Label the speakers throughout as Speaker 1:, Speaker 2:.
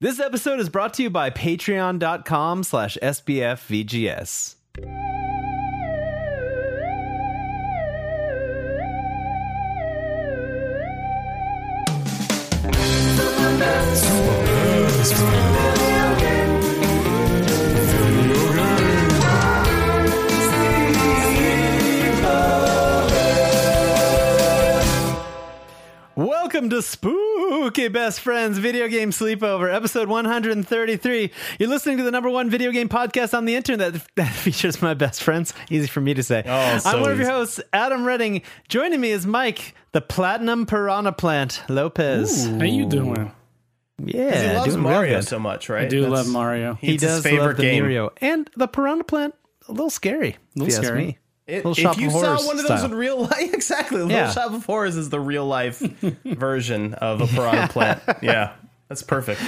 Speaker 1: This episode is brought to you by patreon.com slash sbfvgs. Welcome to Spooky Best Friends Video Game Sleepover, episode 133. You're listening to the number one video game podcast on the internet that, that features my best friends. Easy for me to say.
Speaker 2: Oh, so
Speaker 1: I'm one of your
Speaker 2: easy.
Speaker 1: hosts, Adam Redding. Joining me is Mike, the Platinum Piranha Plant Lopez.
Speaker 3: How you doing?
Speaker 1: Yeah,
Speaker 2: He loves
Speaker 1: doing real
Speaker 2: Mario
Speaker 1: good.
Speaker 2: so much, right?
Speaker 3: I do love Mario.
Speaker 1: He
Speaker 2: It's
Speaker 1: does
Speaker 2: his favorite
Speaker 1: love the
Speaker 2: game.
Speaker 1: Mario. and the Piranha Plant. A little scary. A
Speaker 3: little scary.
Speaker 1: Me.
Speaker 2: It-
Speaker 1: Little Shop
Speaker 2: if
Speaker 1: of
Speaker 2: you saw
Speaker 1: Horrors
Speaker 2: one of those
Speaker 1: style.
Speaker 2: in real life, exactly. Little
Speaker 1: Yeah.
Speaker 2: Shop of Horrors is the real life version of a piranha plant. Yeah, that's perfect.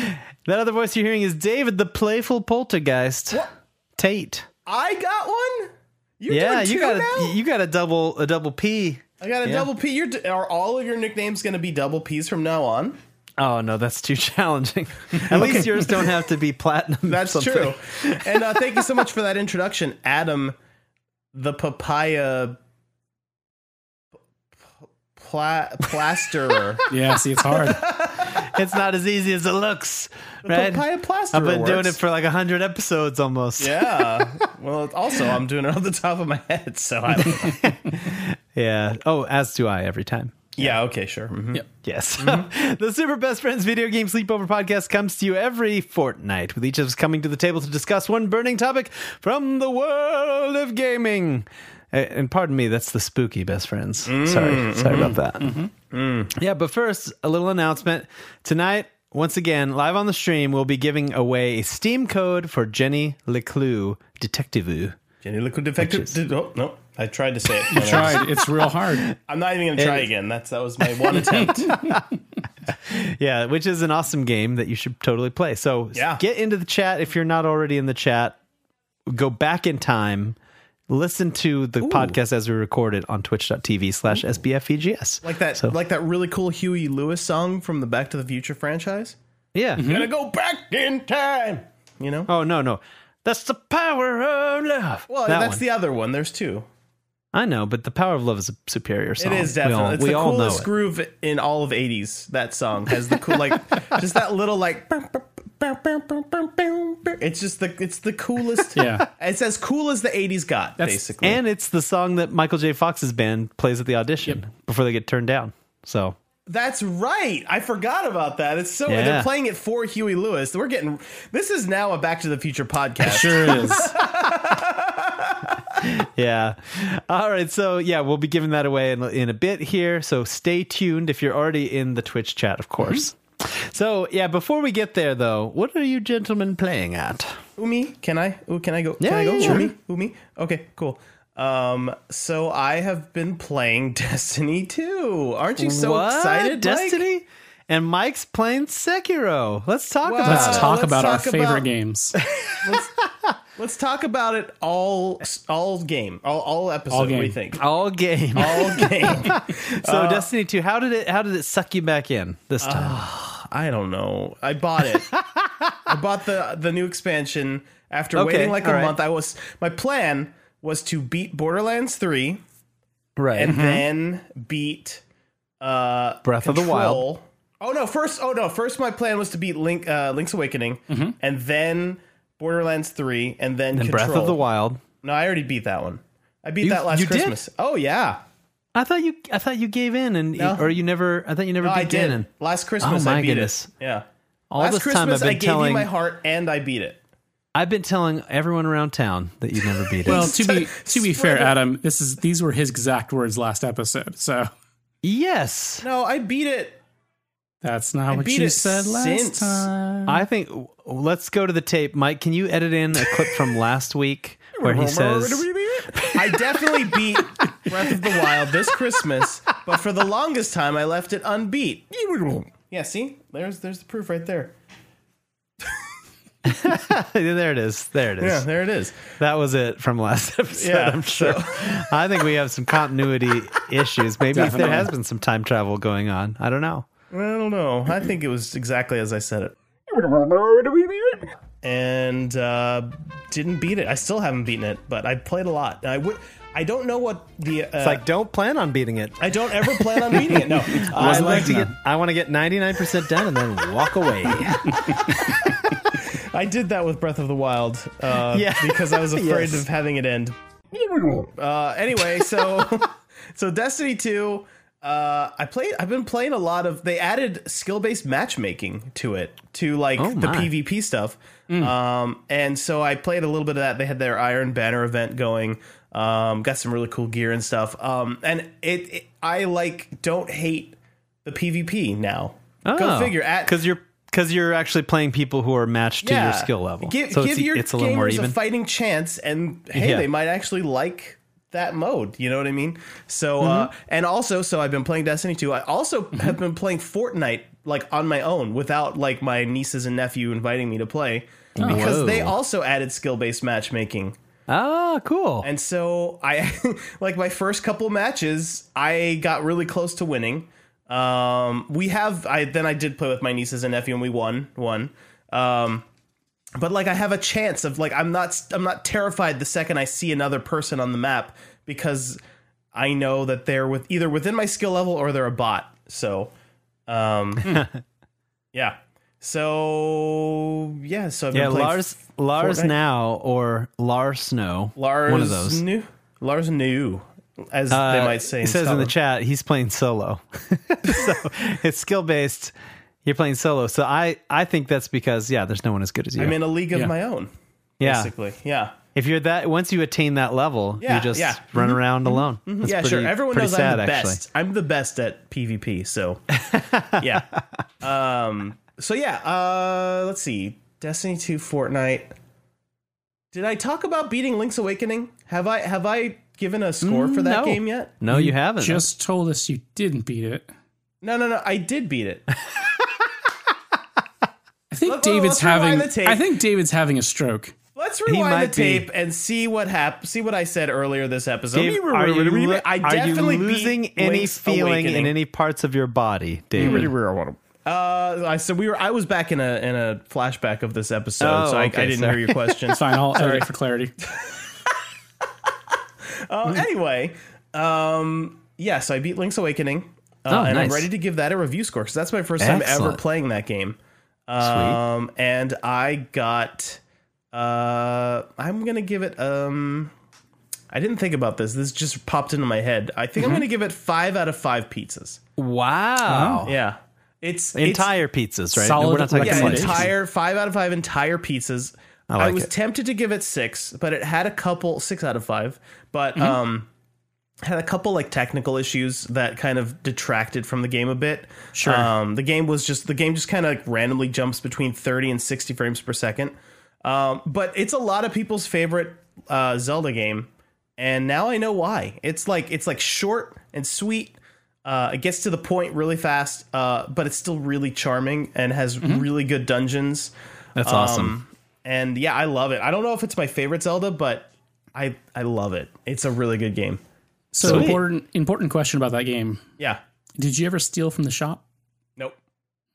Speaker 1: That other voice you're hearing is David, the playful poltergeist. Tate.
Speaker 2: I got one. You're
Speaker 1: Yeah,
Speaker 2: doing
Speaker 1: you
Speaker 2: two
Speaker 1: got
Speaker 2: now?
Speaker 1: a you got a double a double P.
Speaker 2: I got a double P. You're, d- are all of your nicknames going to be double P's from now on?
Speaker 1: Oh no, that's too challenging. At least yours don't have to be platinum.
Speaker 2: That's true. And uh, thank you so much for that introduction, Adam, the papaya pla- plasterer.
Speaker 3: Yeah, see, it's hard.
Speaker 1: It's not as easy as it looks. Right?
Speaker 2: Papaya plasterer.
Speaker 1: I've been doing
Speaker 2: works.
Speaker 1: it for like hundred episodes almost.
Speaker 2: Yeah. Well, also, I'm doing it off the top of my head, so I. Don't know.
Speaker 1: Yeah. Oh, as do I every time.
Speaker 2: Yeah. Okay. Sure. Mhm.
Speaker 3: yep.
Speaker 1: Yes. the Super Best Friends Video Game Sleepover Podcast comes to you every fortnight, with each of us coming to the table to discuss one burning topic from the world of gaming. A- And pardon me, that's the spooky best friends. sorry, sorry about that. Yeah, but first, a little announcement. Tonight, once again, live on the stream, we'll be giving away a Steam code for Jenny Leclue Detective.
Speaker 2: Jenny Liquid Defective. Did, oh no! I tried to say it. No, no.
Speaker 3: Tried. It's real hard.
Speaker 2: I'm not even gonna try
Speaker 1: It-
Speaker 2: again. That's that was my one attempt.
Speaker 1: Yeah, which is an awesome game that you should totally play. So
Speaker 2: Yeah.
Speaker 1: get into the chat if you're not already in the chat. Go back in time. Listen to the podcast as we record it on twitch.tv slash SBFEGS.
Speaker 2: Like that. Like that really cool Huey Lewis song from the Back to the Future franchise.
Speaker 1: Yeah.
Speaker 2: Gonna go back in time. You know.
Speaker 1: Oh, no, no. That's the power of love.
Speaker 2: Well,
Speaker 1: That
Speaker 2: that's
Speaker 1: one.
Speaker 2: the other one. There's two.
Speaker 1: I know, but the power of love is a superior song.
Speaker 2: It is
Speaker 1: Oh, We all-
Speaker 2: definitely. it's
Speaker 1: we
Speaker 2: the
Speaker 1: all know
Speaker 2: coolest
Speaker 1: it.
Speaker 2: groove in all of '80s. That song has the cool, like, just that little, like. It's just the it's the coolest.
Speaker 3: Yeah.
Speaker 2: it's as cool as the '80s got, basically.
Speaker 1: And it's the song that Michael J. Fox's band plays at the audition before they get turned down. So
Speaker 2: That's right. I forgot about that. It's so
Speaker 1: Yeah.
Speaker 2: they're playing it for Huey Lewis. We're getting this is now a Back to the Future podcast.
Speaker 3: Sure is.
Speaker 1: yeah. All right. So, yeah, we'll be giving that away in, in a bit here. So, stay tuned if you're already in the Twitch chat, of course.
Speaker 2: Mm-hmm.
Speaker 1: So, yeah, before we get there, though, what are you gentlemen playing at?
Speaker 2: Umi, can I? Ooh, can I go? can
Speaker 1: Yeah,
Speaker 2: I go?
Speaker 1: yeah, yeah.
Speaker 2: Umi, Umi. Okay, cool. Um, so I have been playing Destiny 2. Aren't you so
Speaker 1: What?
Speaker 2: excited, Mike?
Speaker 1: Destiny? And Mike's playing Sekiro. Let's talk
Speaker 2: Wow.
Speaker 1: about
Speaker 3: Let's
Speaker 1: it.
Speaker 3: talk
Speaker 2: Uh, let's
Speaker 3: about our
Speaker 2: talk
Speaker 3: favorite
Speaker 2: about-
Speaker 3: games.
Speaker 2: Let's talk about it all all game, all all episode.
Speaker 3: All
Speaker 2: What do you
Speaker 3: game.
Speaker 2: think?
Speaker 1: All game.
Speaker 2: All game.
Speaker 1: so, Destiny 2, how did it how did it suck you back in this
Speaker 2: Uh,
Speaker 1: time?
Speaker 2: I don't know. I bought it. I bought the the new expansion after
Speaker 1: Okay,
Speaker 2: waiting like a
Speaker 1: alright.
Speaker 2: month. I was my plan was to beat Borderlands 3
Speaker 1: right.
Speaker 2: and then beat uh
Speaker 1: Mm-hmm. Breath of the Wild.
Speaker 2: Control. Oh no, first oh no, first my plan was to beat Link uh Link's Awakening and then Borderlands 3 and then
Speaker 1: And
Speaker 2: Control.
Speaker 1: Mm-hmm. Breath of the Wild.
Speaker 2: No, I already beat that one. I beat
Speaker 1: You-
Speaker 2: that last
Speaker 1: you did?
Speaker 2: Christmas. Oh yeah.
Speaker 1: I thought you I thought you gave in and or you never I thought you never
Speaker 2: No, I
Speaker 1: began.
Speaker 2: did. Last Christmas
Speaker 1: Oh, my
Speaker 2: I beat
Speaker 1: goodness.
Speaker 2: it. Yeah.
Speaker 1: All
Speaker 2: last
Speaker 1: this
Speaker 2: Christmas
Speaker 1: time I've been
Speaker 2: I gave
Speaker 1: telling
Speaker 2: you my heart and I beat it.
Speaker 1: I've been telling everyone around town that you've never beat it.
Speaker 3: Well, to be to be fair,
Speaker 2: Spread it.
Speaker 3: Adam, this is these were his exact words last episode. So
Speaker 1: yes.
Speaker 2: No, I beat it.
Speaker 3: that's not what
Speaker 2: beat
Speaker 3: you
Speaker 2: it
Speaker 3: said last
Speaker 2: since.
Speaker 3: time.
Speaker 1: I think let's go to the tape. Mike, can you edit in a clip from last week where he says
Speaker 2: I definitely beat Breath of the Wild this Christmas, but for the longest time I left it unbeat. Yeah, see? There's there's the proof right there.
Speaker 1: there it is. There it is.
Speaker 2: Yeah, there it is.
Speaker 1: That was it from last episode,
Speaker 2: Yeah,
Speaker 1: I'm sure. I think we have some continuity issues. Maybe
Speaker 3: Definitely.
Speaker 1: there has been some time travel going on. I don't know.
Speaker 2: I don't know. I think it was exactly as I said it. and uh, didn't beat it. I still haven't beaten it, but I played a lot. I would. I don't know what the. Uh,
Speaker 1: Like, don't plan on beating it.
Speaker 2: I don't ever plan on beating it. No, I
Speaker 1: I
Speaker 3: like
Speaker 1: like to
Speaker 3: that.
Speaker 1: get. I want to get ninety nine percent done and then walk away.
Speaker 2: I did that with Breath of the Wild uh,
Speaker 1: Yeah.
Speaker 2: because I was afraid
Speaker 1: Yes.
Speaker 2: of having it end. Uh, anyway, so so Destiny two. Uh, I played. I've been playing a lot of. They added skill based matchmaking to it to like
Speaker 1: Oh,
Speaker 2: the
Speaker 1: my. Mm.
Speaker 2: PvP stuff. Um, and so I played a little bit of that. They had their Iron Banner event going. Um, got some really cool gear and stuff. Um, and it, it I like don't hate the PvP now. Go figure. At
Speaker 1: Because Oh. you're because you're actually playing people who are matched to your skill level.
Speaker 2: Give,
Speaker 1: so
Speaker 2: give
Speaker 1: it's, e-
Speaker 2: your
Speaker 1: it's a little more
Speaker 2: gamers
Speaker 1: even.
Speaker 2: a fighting chance, and hey,
Speaker 1: Yeah.
Speaker 2: they might actually like that mode. You know what I mean? So,
Speaker 1: Mm-hmm.
Speaker 2: uh, and also, so I've been playing Destiny 2. I also have been playing Fortnite like on my own without like my nieces and nephew inviting me to play because
Speaker 1: Oh. Whoa.
Speaker 2: they also added skill based matchmaking.
Speaker 1: ah, cool.
Speaker 2: And so I like my first couple matches, I got really close to winning. Um, we have I then I did play with my nieces and nephew and we won one. Um, but like I have a chance of like I'm not I'm not terrified the second I see another person on the map because I know that they're with either within my skill level or they're a bot. So um yeah. So yeah, so I've been
Speaker 1: yeah,
Speaker 2: playing
Speaker 1: Lars Lars
Speaker 2: Fortnite.
Speaker 1: now or Lars Snow.
Speaker 2: Lars
Speaker 1: one of those.
Speaker 2: New, Lars New, as they
Speaker 1: Uh,
Speaker 2: might say.
Speaker 1: He says in the
Speaker 2: Scotland.
Speaker 1: chat he's playing solo, so it's skill based. You're playing solo, so I I think that's because yeah, there's no one as good as you.
Speaker 2: I'm in a league of
Speaker 3: Yeah.
Speaker 2: my own,
Speaker 1: yeah,
Speaker 2: basically. Yeah.
Speaker 1: if you're that once you attain that level,
Speaker 2: Yeah,
Speaker 1: you just
Speaker 2: yeah. Mm-hmm.
Speaker 1: run around alone. That's
Speaker 2: yeah,
Speaker 1: pretty-
Speaker 2: sure. Everyone
Speaker 1: pretty
Speaker 2: knows
Speaker 1: sad,
Speaker 2: I'm the
Speaker 1: actually.
Speaker 2: best. I'm the best at PvP, so yeah. Um so yeah, uh let's see. Destiny 2 Fortnite. Did I talk about beating Link's Awakening? Have I have I given a score for that
Speaker 1: Mm, no.
Speaker 2: game yet?
Speaker 1: No, you haven't.
Speaker 3: Just told us you didn't beat it.
Speaker 2: No, no, no. I did beat it.
Speaker 3: I think
Speaker 2: Let-
Speaker 3: David's
Speaker 2: let's rewind
Speaker 3: having.
Speaker 2: the tape.
Speaker 3: I think David's having a stroke.
Speaker 2: Let's
Speaker 1: might
Speaker 2: rewind the
Speaker 1: be.
Speaker 2: tape and see what hap- see what I said earlier this episode.
Speaker 1: Dave, are you, lo-
Speaker 2: I
Speaker 1: are you
Speaker 2: definitely beat
Speaker 1: losing any
Speaker 2: Link's
Speaker 1: feeling
Speaker 2: Awakening.
Speaker 1: in any parts of your body, David?
Speaker 2: Uh, I said we were. I was back in a in a flashback of this episode,
Speaker 1: Oh,
Speaker 2: so I,
Speaker 1: okay,
Speaker 2: I didn't
Speaker 1: sorry.
Speaker 2: hear your question.
Speaker 3: Fine, I'll edit it for clarity.
Speaker 2: Uh, anyway, um, yeah, so I beat Link's Awakening, uh,
Speaker 1: Oh,
Speaker 2: and I'm
Speaker 1: nice.
Speaker 2: ready to give that a review score because that's my first time ever
Speaker 1: Excellent.
Speaker 2: playing that game. Um, and I got. Uh, I'm gonna give it. Um, I didn't think about this. This just popped into my head. I
Speaker 1: Mm-hmm.
Speaker 2: think I'm gonna give it five out of five pizzas.
Speaker 1: Wow.
Speaker 2: Yeah, it's it's-
Speaker 1: Entire pizzas, right?
Speaker 3: Solid
Speaker 1: We're not talking
Speaker 2: Yeah,
Speaker 3: Excellent.
Speaker 1: slices.
Speaker 2: entire five out of five entire pizzas. I,
Speaker 1: like
Speaker 2: was
Speaker 1: it.
Speaker 2: tempted to give it six, but it had a couple six out of five, but
Speaker 1: Mm-hmm.
Speaker 2: um had a couple like technical issues that kind of detracted from the game a bit.
Speaker 3: Sure.
Speaker 2: Um the game was just the game just kind of like randomly jumps between 30 and 60 frames per second. Um but it's a lot of people's favorite uh Zelda game and now I know why. It's like it's like short and sweet. Uh, it gets to the point really fast, uh, but it's still really charming and has really good dungeons.
Speaker 1: That's
Speaker 2: Um,
Speaker 1: awesome.
Speaker 2: And yeah, I love it. I don't know if it's my favorite Zelda, but I I love it. It's a really good game.
Speaker 3: So
Speaker 2: Sweet.
Speaker 3: important. Important question about that game.
Speaker 2: Yeah.
Speaker 3: Did you ever steal from the shop?
Speaker 2: Nope.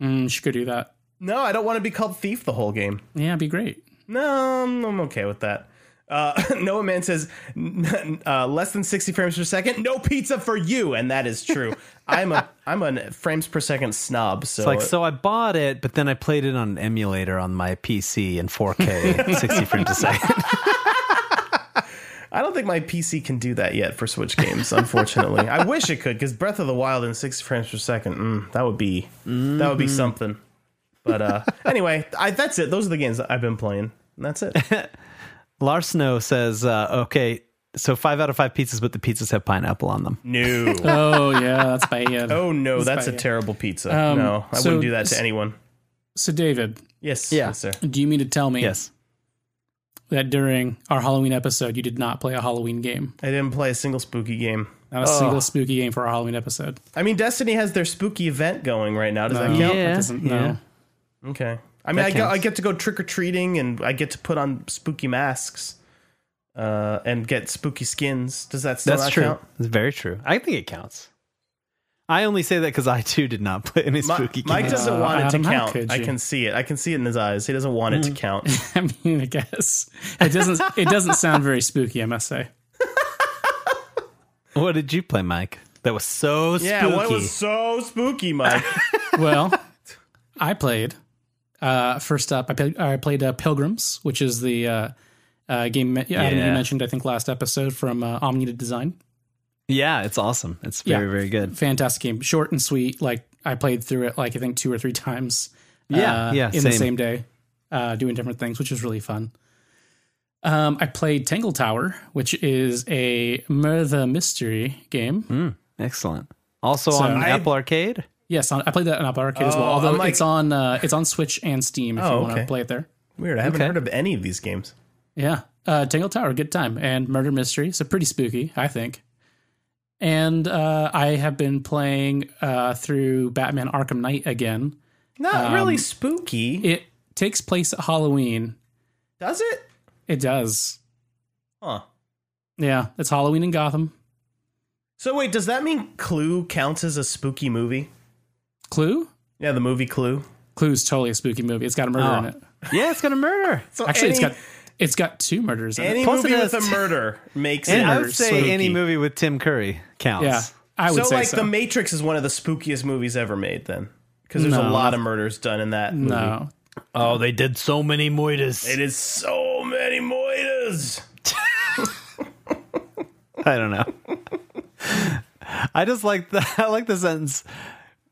Speaker 3: Mm, she could do that.
Speaker 2: No, I don't want to be called thief the whole game.
Speaker 3: Yeah, it'd be great.
Speaker 2: No, I'm I'm okay with that. Uh, Noah Man says "N- n- uh, less than 60 frames per second. No pizza for you, and that is true. I'm a I'm a frames per second snob. So
Speaker 1: It's like so I bought it, but then I played it on an emulator on my PC in 4K, 60 frames a second.
Speaker 2: I don't think my PC can do that yet for Switch games, unfortunately. I wish it could because Breath of the Wild in 60 frames per second, mm, that would be that would be
Speaker 1: Mm-hmm.
Speaker 2: something. But uh, anyway, I, that's it. Those are the games that I've been playing. And that's it.
Speaker 1: Lars Snow says, uh, "Okay, so five out of five pizzas, but the pizzas have pineapple on them."
Speaker 2: No.
Speaker 3: Oh yeah, that's bad.
Speaker 2: Oh no, that's a
Speaker 3: bad.
Speaker 2: terrible pizza.
Speaker 1: Um,
Speaker 2: no, I
Speaker 3: so-
Speaker 2: wouldn't do that to anyone.
Speaker 3: So David,
Speaker 2: Yes.
Speaker 1: Yeah.
Speaker 2: Yes, sir.
Speaker 3: do you mean to tell me
Speaker 1: Yes,
Speaker 3: that during our Halloween episode you did not play a Halloween game?
Speaker 2: I didn't play a single spooky game.
Speaker 3: Not a single spooky game for our Halloween episode.
Speaker 2: I mean, Destiny has their spooky event going right now. Does that
Speaker 1: Oh, Yeah,
Speaker 2: count?
Speaker 3: That doesn't, no.
Speaker 1: yeah.
Speaker 2: Okay. I mean, I, go,
Speaker 1: counts.
Speaker 2: I get to go trick or treating and I get to put on spooky masks uh, and get spooky skins. Does that still
Speaker 1: that's
Speaker 2: not
Speaker 1: true.
Speaker 2: count?
Speaker 1: That's very true. I think it counts. I only say that because I too did not play any
Speaker 2: Mi-
Speaker 1: spooky
Speaker 2: Mike
Speaker 1: games.
Speaker 2: doesn't want
Speaker 1: Uh,
Speaker 2: it
Speaker 3: Adam,
Speaker 2: to
Speaker 3: how
Speaker 2: count.
Speaker 3: could
Speaker 2: I
Speaker 3: you?
Speaker 2: can see it. I can see it in his eyes. He doesn't want
Speaker 1: Mm.
Speaker 2: it to count.
Speaker 3: I mean, I guess it doesn't. it doesn't sound very spooky. I must say.
Speaker 1: what did you play, Mike? That was so
Speaker 2: Yeah,
Speaker 1: spooky.
Speaker 2: what was so spooky, Mike?
Speaker 3: Well, I played. Uh, first up, I played, I played uh, Pilgrims, which is the uh, uh, game Adam, you
Speaker 1: Yeah.
Speaker 3: mentioned, I think, last episode from uh, Omni to Design.
Speaker 1: yeah, it's awesome. It's very
Speaker 3: Yeah.
Speaker 1: very good.
Speaker 3: Fantastic game, short and sweet. Like I played through it, like I think two or three times. uh,
Speaker 1: Yeah, yeah,
Speaker 3: in the
Speaker 1: same.
Speaker 3: same day, uh, doing different things, which was really fun. Um, I played Tangle Tower, which is a murder mystery game.
Speaker 2: Hmm.
Speaker 1: Excellent. Also on
Speaker 3: I-
Speaker 1: Apple Arcade.
Speaker 3: Yes, on, I played that on Apple Arcade as well.
Speaker 2: Oh,
Speaker 3: Although
Speaker 2: I'm like-
Speaker 3: it's on uh, it's on Switch and Steam if
Speaker 2: Oh,
Speaker 3: you want to
Speaker 2: okay.
Speaker 3: play it there.
Speaker 2: Weird. I haven't
Speaker 1: Okay.
Speaker 2: heard of any of these games.
Speaker 3: Yeah. Uh, Tangle Tower, good time. And Murder Mystery. So pretty spooky, I think. And uh, I have been playing uh, through Batman Arkham Knight again.
Speaker 2: Not
Speaker 1: Um,
Speaker 2: really spooky,
Speaker 3: It takes place at Halloween.
Speaker 2: does it?
Speaker 3: It does.
Speaker 2: Huh.
Speaker 3: Yeah, it's Halloween in Gotham.
Speaker 2: So wait, does that mean Clue counts as a spooky movie?
Speaker 3: Clue?
Speaker 2: Yeah, the movie Clue.
Speaker 3: Clue's totally a spooky movie. It's got a murder in
Speaker 1: Oh.
Speaker 3: it.
Speaker 1: Yeah, it's gonna murder.
Speaker 2: So
Speaker 3: Actually, it's
Speaker 2: any-
Speaker 3: got it's got two murders in
Speaker 2: any
Speaker 3: it.
Speaker 1: Plus it
Speaker 2: movie with
Speaker 1: has
Speaker 2: a
Speaker 1: t-
Speaker 2: murder makes it
Speaker 1: And I would say
Speaker 2: spooky.
Speaker 1: any movie with Tim Curry counts.
Speaker 3: Yeah, I would
Speaker 2: So
Speaker 3: say
Speaker 2: like
Speaker 3: so.
Speaker 2: The Matrix is one of the spookiest movies ever made then. Because there's a
Speaker 3: No.
Speaker 2: lot of murders done in that movie.
Speaker 3: no,
Speaker 1: Oh, they did so many moitas.
Speaker 2: It is so many moitas.
Speaker 1: I don't know. I just like the I like the sentence.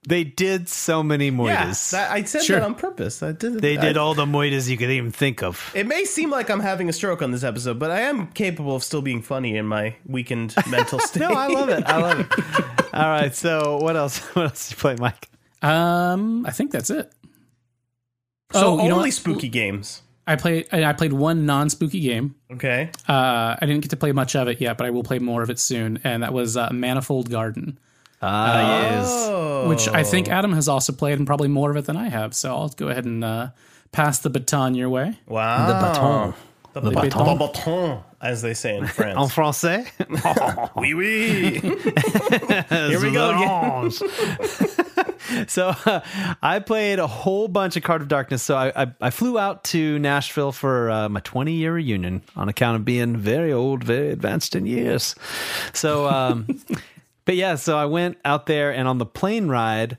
Speaker 1: They did so many
Speaker 2: Yeah,
Speaker 1: moitas.
Speaker 2: that- I said
Speaker 3: Sure.
Speaker 2: that on purpose. I did.
Speaker 1: they
Speaker 2: I-
Speaker 1: did all the moitas you could even think of.
Speaker 2: It may seem like I'm having a stroke on this episode, but I am capable of still being funny in my weakened mental state.
Speaker 1: No, I love it. I love it. all right, so what else? What else did you play, Mike?
Speaker 3: um, I think that's it. Oh,
Speaker 2: so
Speaker 3: you know
Speaker 2: only
Speaker 3: what?
Speaker 2: spooky games.
Speaker 3: I played I played one non spooky game.
Speaker 2: Okay.
Speaker 3: Uh, I didn't get to play much of it yet, but I will play more of it soon. And that was uh, Manifold Garden,
Speaker 1: Ah,
Speaker 2: Oh.
Speaker 3: which I think Adam has also played, and probably more of it than I have. So I'll go ahead and uh, pass the baton your way.
Speaker 2: Wow. The
Speaker 1: baton.
Speaker 2: The,
Speaker 3: baton.
Speaker 2: The baton, as they say in
Speaker 1: En
Speaker 2: France.
Speaker 1: français?
Speaker 2: oui, oui.
Speaker 1: Here
Speaker 2: we go
Speaker 1: so uh, I played a whole bunch of Card of Darkness. So I, I, I flew out to Nashville for uh, my 20 year reunion on account of being very old, very advanced in years. So, um, but yeah, so I went out there and on the plane ride,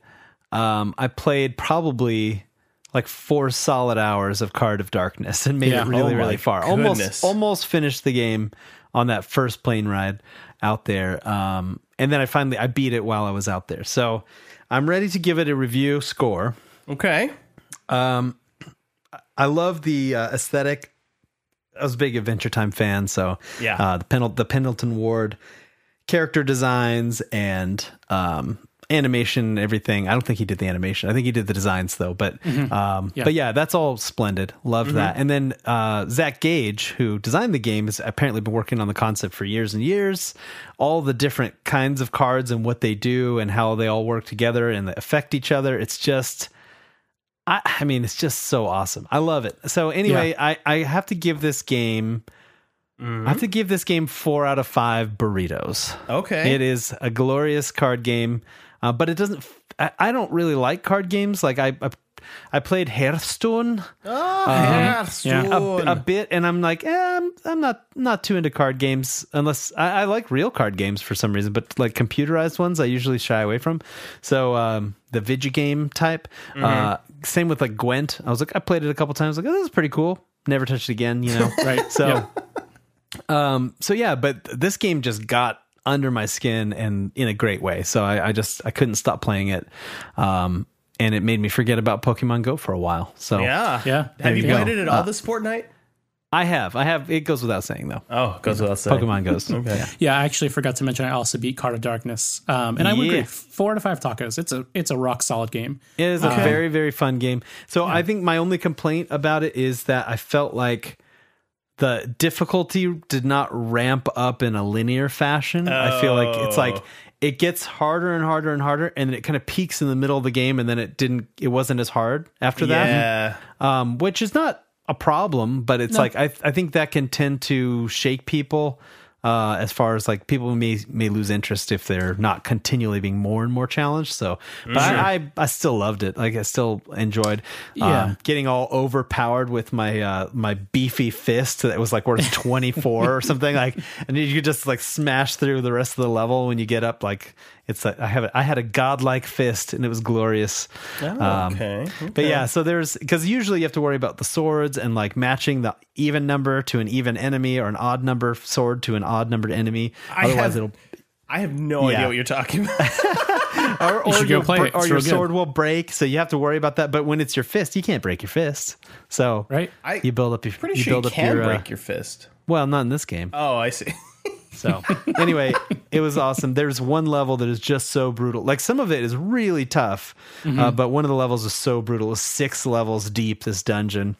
Speaker 1: um, I played probably like four solid hours of Card of Darkness and made
Speaker 3: Yeah.
Speaker 1: it really,
Speaker 2: Oh my
Speaker 1: really far.
Speaker 2: goodness.
Speaker 1: Almost, almost finished the game on that first plane ride out there. Um, and then I finally I beat it while I was out there. So I'm ready to give it a review score.
Speaker 2: okay.
Speaker 1: I love the uh, aesthetic. I was a big Adventure Time fan, so
Speaker 2: Yeah.
Speaker 1: uh, the Pendle- the Pendleton Ward character designs and um, animation, everything. I don't think he did the animation. I think he did the designs though. But um, but yeah, that's all splendid. Loved that. And then uh, Zach Gage, who designed the game, has apparently been working on the concept for years and years. All the different kinds of cards and what they do and how they all work together and they affect each other. It's just. I, I mean, it's just so awesome. I love it. So anyway, I, I have to give this game. I have to give this game four out of five burritos.
Speaker 2: Okay.
Speaker 1: It is a glorious card game, uh, but it doesn't. f- I, I don't really like card games. Like I, I, I played Hearthstone
Speaker 2: oh,
Speaker 3: yeah.
Speaker 1: a,
Speaker 2: Hearthstone.
Speaker 1: a bit, and I'm like, eh, I'm, I'm not not too into card games unless I, I like real card games for some reason, but like computerized ones, I usually shy away from. So um, the video game type, uh, same with like Gwent. I was like, I played it a couple times, like oh, this is pretty cool. Never touched it again, you know.
Speaker 3: Right.
Speaker 1: So, um, so yeah, but th- this game just got under my skin and in a great way. So I, I just I couldn't stop playing it, um, and it made me forget about Pokemon Go for a while. So
Speaker 2: yeah.
Speaker 3: Yeah.
Speaker 2: Have
Speaker 3: There
Speaker 2: you
Speaker 3: you go.
Speaker 2: played it at all
Speaker 1: Uh,
Speaker 2: this Fortnite?
Speaker 1: I have, I have. It goes without saying though.
Speaker 2: Oh, goes without saying.
Speaker 1: Pokemon Goes.
Speaker 2: Okay.
Speaker 3: Yeah, I actually forgot to mention I also beat Card of Darkness. Um, and I would
Speaker 1: Yeah.
Speaker 3: agree, four out of five tacos. It's a it's a rock solid game.
Speaker 1: It is a very, very fun game. So I think my only complaint about it is that I felt like the difficulty did not ramp up in a linear fashion. I feel like it's
Speaker 2: Oh.
Speaker 1: like it gets harder and harder and harder and it kind of peaks in the middle of the game and then it didn't it wasn't as hard after that.
Speaker 2: Yeah.
Speaker 1: um, which is not a problem, but it's like I, I think that can tend to shake people uh, as far as like people may may lose interest if they're not continually being more and more challenged. So, but I, I I still loved it. Like I still enjoyed
Speaker 3: Yeah.
Speaker 1: um, getting all overpowered with my uh, my beefy fist that was like worth twenty four or something. Like and you could just like smash through the rest of the level when you get up. Like it's like I have a, I had a godlike fist and it was glorious. Um,
Speaker 2: Oh, okay.
Speaker 1: but yeah, so there's because usually you have to worry about the swords and like matching the even number to an even enemy or an odd number sword to an odd numbered enemy.
Speaker 2: I
Speaker 1: Otherwise,
Speaker 2: have,
Speaker 1: it'll
Speaker 2: I have no
Speaker 1: Yeah.
Speaker 2: idea what you're talking about.
Speaker 1: or,
Speaker 3: should
Speaker 1: or,
Speaker 3: go
Speaker 1: your,
Speaker 3: play
Speaker 1: br-
Speaker 3: it. It's
Speaker 1: or your
Speaker 3: real good.
Speaker 1: sword will break. So you have to worry about that. But when it's your fist, you can't break your fist. So
Speaker 3: Right.
Speaker 2: I-
Speaker 1: you build up your
Speaker 2: Pretty
Speaker 1: you
Speaker 2: sure you
Speaker 1: build up
Speaker 2: can
Speaker 1: your, uh,
Speaker 2: break your fist.
Speaker 1: well, not in this game.
Speaker 2: Oh, I see.
Speaker 1: So anyway, it was awesome. There's one level that is just so brutal. Like some of it is really tough, uh, but one of the levels is so brutal. It was six levels deep. This dungeon.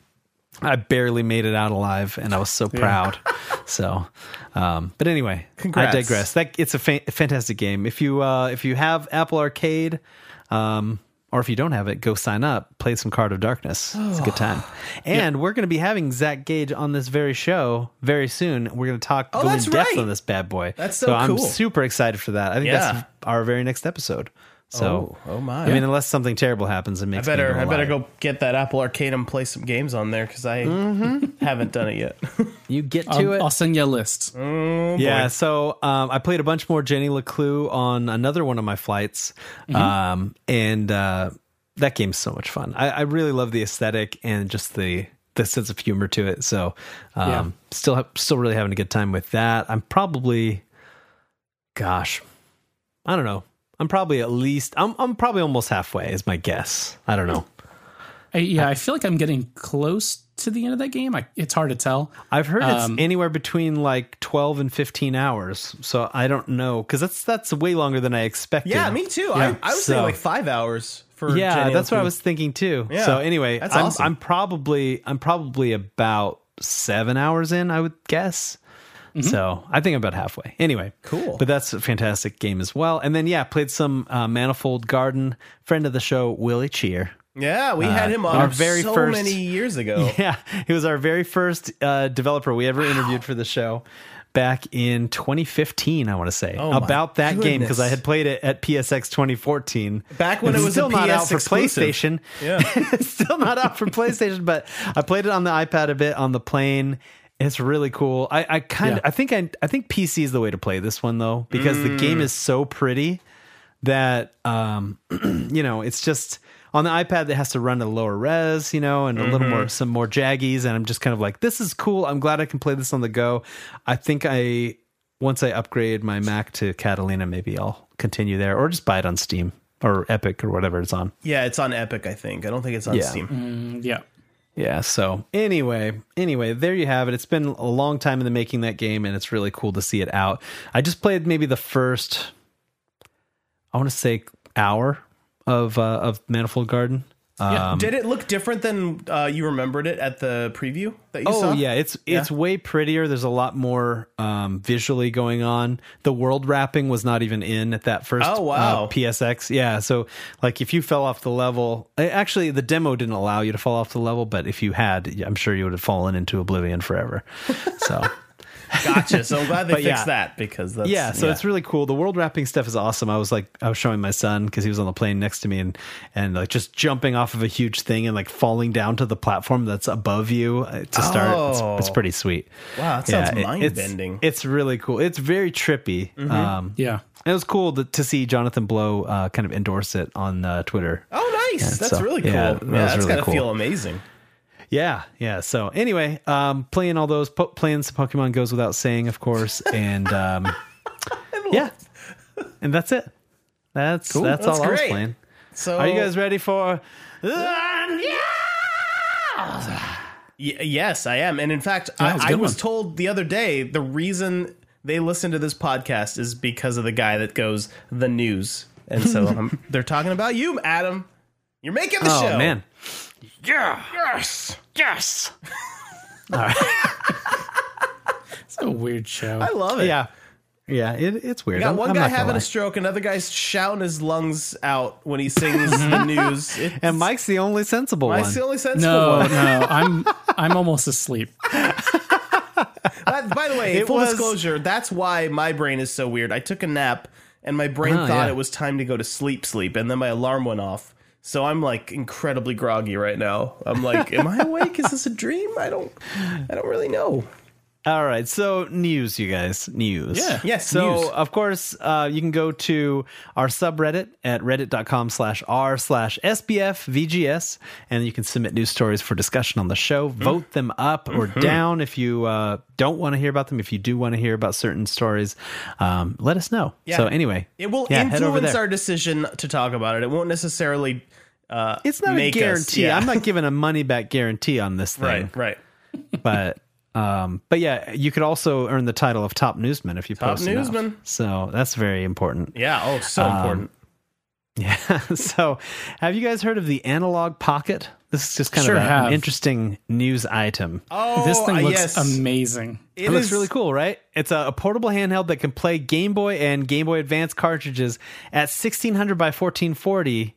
Speaker 1: I barely made it out alive, and I was so proud. so, um, but anyway,
Speaker 2: Congrats.
Speaker 1: I digress. That it's a fa- fantastic game. If you uh, if you have Apple Arcade, um, or if you don't have it, go sign up. Play some Card of Darkness. It's a good time. And we're going to be having Zach Gage on this very show very soon. We're going to talk go in
Speaker 2: Oh, that's
Speaker 1: depth
Speaker 2: right.
Speaker 1: on this bad boy.
Speaker 2: That's so
Speaker 1: I'm
Speaker 2: cool.
Speaker 1: super excited for that. I think
Speaker 2: Yeah.
Speaker 1: that's our very next episode. So,
Speaker 2: Oh, oh my.
Speaker 1: I mean, unless something terrible happens and makes
Speaker 2: I better
Speaker 1: me
Speaker 2: I better
Speaker 1: lie.
Speaker 2: go get that Apple Arcade and play some games on there because I
Speaker 1: Mm-hmm.
Speaker 2: haven't done it yet.
Speaker 1: You get to
Speaker 2: Um,
Speaker 3: I'll,
Speaker 1: it.
Speaker 3: Um, I'll send you a list.
Speaker 1: Yeah, so um, I played a bunch more Jenny LeClue on another one of my flights, um, and uh, that game's so much fun. I, I really love the aesthetic and just the the sense of humor to it. So, um,
Speaker 3: Yeah.
Speaker 1: still ha- still really having a good time with that. I'm probably, gosh, I don't know. I'm probably at least I'm I'm probably almost halfway is my guess. I don't know.
Speaker 3: I, yeah, I feel like I'm getting close to the end of that game. I, it's hard to tell.
Speaker 1: I've heard
Speaker 3: Um,
Speaker 1: it's anywhere between like 12 and 15 hours. So I don't know cuz that's that's way longer than I expected.
Speaker 2: Yeah, me too.
Speaker 1: Yeah.
Speaker 2: I, I was
Speaker 1: So-
Speaker 2: thinking like five hours for.
Speaker 1: yeah
Speaker 2: Jenny
Speaker 1: that's what i
Speaker 2: Lupin.
Speaker 1: was thinking too
Speaker 2: Yeah.
Speaker 1: so anyway
Speaker 2: That's
Speaker 1: I'm,
Speaker 2: awesome.
Speaker 1: I'm probably i'm probably about seven hours in i would guess so i think i'm about halfway anyway
Speaker 2: Cool.
Speaker 1: but that's a fantastic game as well and then yeah played some uh, manifold garden friend of the show willie cheer
Speaker 2: Yeah, we had him on
Speaker 1: Uh, our very
Speaker 2: so
Speaker 1: first-
Speaker 2: many years ago.
Speaker 1: yeah he was our very first uh, developer we ever interviewed for the show back in 2015 i want to say
Speaker 2: Oh my
Speaker 1: about that game because i
Speaker 2: goodness.
Speaker 1: had played it at psx 2014
Speaker 2: Back when
Speaker 1: It's
Speaker 2: it was a
Speaker 1: still not out
Speaker 2: PS
Speaker 1: for
Speaker 2: exclusive.
Speaker 1: playstation
Speaker 2: Yeah.
Speaker 1: it's still not out for PlayStation, but I played it on the iPad a bit on the plane. It's really cool. I, I kind of,
Speaker 3: Yeah.
Speaker 1: I think I, I think PC is the way to play this one though, because the game
Speaker 2: Mm.
Speaker 1: is so pretty that, um, you know, it's just on the iPad that has to run a lower res, you know, and a little more, some more jaggies. And I'm just kind of like, this is cool. I'm glad I can play this on the go. I think I, once I upgrade my Mac to Catalina, maybe I'll continue there or just buy it on Steam or Epic or whatever it's on.
Speaker 2: Yeah, it's on Epic. I think. I don't think it's on
Speaker 1: Yeah.
Speaker 2: Steam.
Speaker 3: Mm, yeah.
Speaker 1: Yeah. So anyway, anyway, there you have it. It's been a long time in the making that game, and it's really cool to see it out. I just played maybe the first, I want to say, hour of uh, of Manifold Garden.
Speaker 3: Yeah.
Speaker 2: Did it look different than uh, you remembered it at the preview that you
Speaker 1: oh
Speaker 2: saw?
Speaker 1: yeah, it's it's way prettier. There's a lot more um, visually going on. The world wrapping was not even in at that first.
Speaker 2: Oh, wow.
Speaker 1: uh, PSX. Yeah, so like if you fell off the level, eh, actually the demo didn't allow you to fall off the level, but if you had, I'm sure you would have fallen into oblivion forever. So.
Speaker 2: Gotcha. So I'm glad they fixed
Speaker 1: yeah.
Speaker 2: that because that's
Speaker 1: yeah so it's really cool the world wrapping stuff is awesome i was like i was showing my son because he was on the plane next to me and and like just jumping off of a huge thing and like falling down to the platform that's above you uh, to start
Speaker 2: Oh.
Speaker 1: it's, it's pretty sweet
Speaker 2: Wow, that sounds mind-bending. Mm-hmm.
Speaker 1: it's, it's really cool it's very trippy um
Speaker 3: Yeah.
Speaker 1: and it was cool to, to see jonathan blow uh, kind of endorse it on uh, twitter
Speaker 2: oh nice. that's
Speaker 1: so-
Speaker 2: really cool.
Speaker 1: yeah,
Speaker 2: Yeah,
Speaker 1: that was
Speaker 2: that's
Speaker 1: really
Speaker 2: gotta
Speaker 1: cool.
Speaker 2: feel amazing.
Speaker 1: yeah, yeah. So anyway, um, playing all those po- playing some Pokemon goes without saying, of course, and um, yeah, and that's it. That's that's,
Speaker 2: That's
Speaker 1: all I was
Speaker 2: great. Oh.
Speaker 1: playing.
Speaker 2: So
Speaker 1: Are you guys ready for?
Speaker 2: Y- yes, I am. And in fact,
Speaker 3: that was a
Speaker 2: I, I
Speaker 3: good
Speaker 2: was
Speaker 3: one.
Speaker 2: told the other day the reason they listen to this podcast is because of the guy that goes the news. And so um, they're talking about you, Adam. You're making the
Speaker 1: Oh
Speaker 2: show.
Speaker 1: man,
Speaker 2: Yes.
Speaker 1: yes,
Speaker 3: It's a weird show.
Speaker 2: I love it.
Speaker 1: yeah, yeah. It, it's weird.
Speaker 2: Got
Speaker 1: I'm-
Speaker 2: one
Speaker 1: I'm
Speaker 2: guy
Speaker 1: not gonna
Speaker 2: having
Speaker 1: lie.
Speaker 2: a stroke, another guy's shouting his lungs out when he sings the news. It's,
Speaker 1: Mm-hmm. and Mike's the only sensible
Speaker 2: I
Speaker 1: one.
Speaker 2: still only sensible
Speaker 3: no,
Speaker 2: one.
Speaker 3: no, I'm I'm almost asleep.
Speaker 2: By that, by the way,
Speaker 1: It
Speaker 2: full
Speaker 1: was-
Speaker 2: disclosure, that's why my brain is so weird. I took a nap and my brain
Speaker 1: Oh,
Speaker 2: thought
Speaker 1: yeah.
Speaker 2: it was time to go to sleep, sleep, and then my alarm went off. So I'm like incredibly groggy right now. I'm like, am I awake? Is this a dream? I don't, I don't really know.
Speaker 1: All right, so news, you guys, news.
Speaker 3: Yeah.
Speaker 2: Yes,
Speaker 1: So
Speaker 2: news.
Speaker 1: of course, uh, you can go to our subreddit at reddit.com slash r slash sbfvgs, and you can submit news stories for discussion on the show. Vote them up or down if you uh, don't want to hear about them. If you do want to hear about certain stories, um, let us know. So anyway,
Speaker 2: It will
Speaker 1: yeah, head over
Speaker 2: influence
Speaker 1: there.
Speaker 2: our decision to talk about it. It won't necessarily. Uh,
Speaker 1: It's not a
Speaker 2: make us-
Speaker 1: guarantee.
Speaker 2: yeah.
Speaker 1: I'm not giving a money back guarantee on this thing.
Speaker 2: right, right.
Speaker 1: but um but yeah you could also earn the title of top newsman if you
Speaker 2: Top
Speaker 1: post enough.
Speaker 2: newsman.
Speaker 1: so that's very important
Speaker 2: Yeah. Oh, so
Speaker 1: Um,
Speaker 2: important.
Speaker 1: yeah so have you guys heard of the analog pocket this is just kind
Speaker 3: Sure
Speaker 1: of a- an
Speaker 3: have.
Speaker 1: interesting news item
Speaker 2: Oh,
Speaker 3: this
Speaker 2: uh,
Speaker 3: thing looks
Speaker 2: yes.
Speaker 3: amazing.
Speaker 1: it looks really cool right it's a, a portable handheld that can play game boy and game boy advance cartridges at 1600 by 1440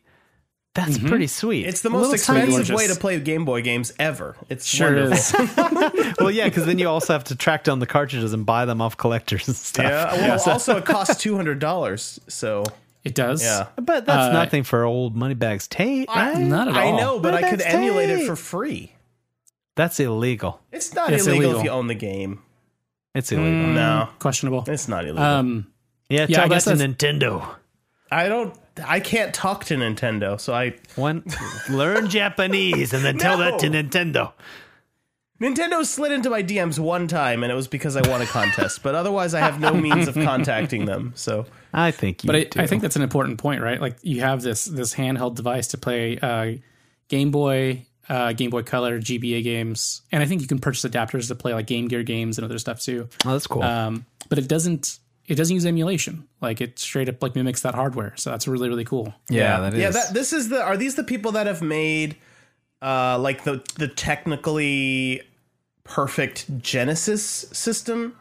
Speaker 1: that's pretty sweet
Speaker 2: Mm-hmm. It's the most
Speaker 1: Little tiny-
Speaker 2: expensive
Speaker 3: gorgeous.
Speaker 2: way to play Game Boy games ever. It's
Speaker 3: Sure
Speaker 2: wonderful.
Speaker 3: is.
Speaker 1: well yeah because then you also have to track down the cartridges and buy them off collectors and stuff
Speaker 2: Yeah. Well, also it costs two hundred dollars. So
Speaker 3: It does.
Speaker 2: yeah,
Speaker 1: But that's nothing for old Moneybags Tate, right?
Speaker 3: Not at
Speaker 2: Uh, I
Speaker 3: all.
Speaker 2: know, but
Speaker 1: But
Speaker 2: I could
Speaker 1: that's
Speaker 2: emulate it
Speaker 1: tight.
Speaker 2: for free.
Speaker 1: that's illegal.
Speaker 2: It's not
Speaker 3: It's
Speaker 2: illegal,
Speaker 3: illegal.
Speaker 2: if you own the game.
Speaker 1: It's
Speaker 3: Mm.
Speaker 1: illegal.
Speaker 2: No,
Speaker 3: Questionable.
Speaker 2: it's not illegal.
Speaker 3: Um,
Speaker 1: Hmm. Yeah,
Speaker 3: Yeah,
Speaker 1: tell
Speaker 3: I
Speaker 1: that
Speaker 3: guess
Speaker 1: to Nintendo.
Speaker 2: I don't. I can't talk to Nintendo, so I
Speaker 1: One, learn Japanese and then tell that to
Speaker 2: No.
Speaker 1: Nintendo.
Speaker 2: Nintendo slid into my DMs one time, and it was because I won a contest. but otherwise, I have no means of contacting them. So
Speaker 1: I think you
Speaker 3: but I,
Speaker 1: do.
Speaker 3: I think that's an important point, right? Like you have this this handheld device to play uh, Game Boy, uh, Game Boy Color, GBA games, and I think you can purchase adapters to play like Game Gear games and other stuff too.
Speaker 1: oh, that's cool.
Speaker 3: Um, but it doesn't it doesn't use emulation. Like it straight up like mimics that hardware. So that's really really cool.
Speaker 1: yeah, that is.
Speaker 2: yeah, that, this is the. Are these the people that have made, uh, like the the technically perfect Genesis system?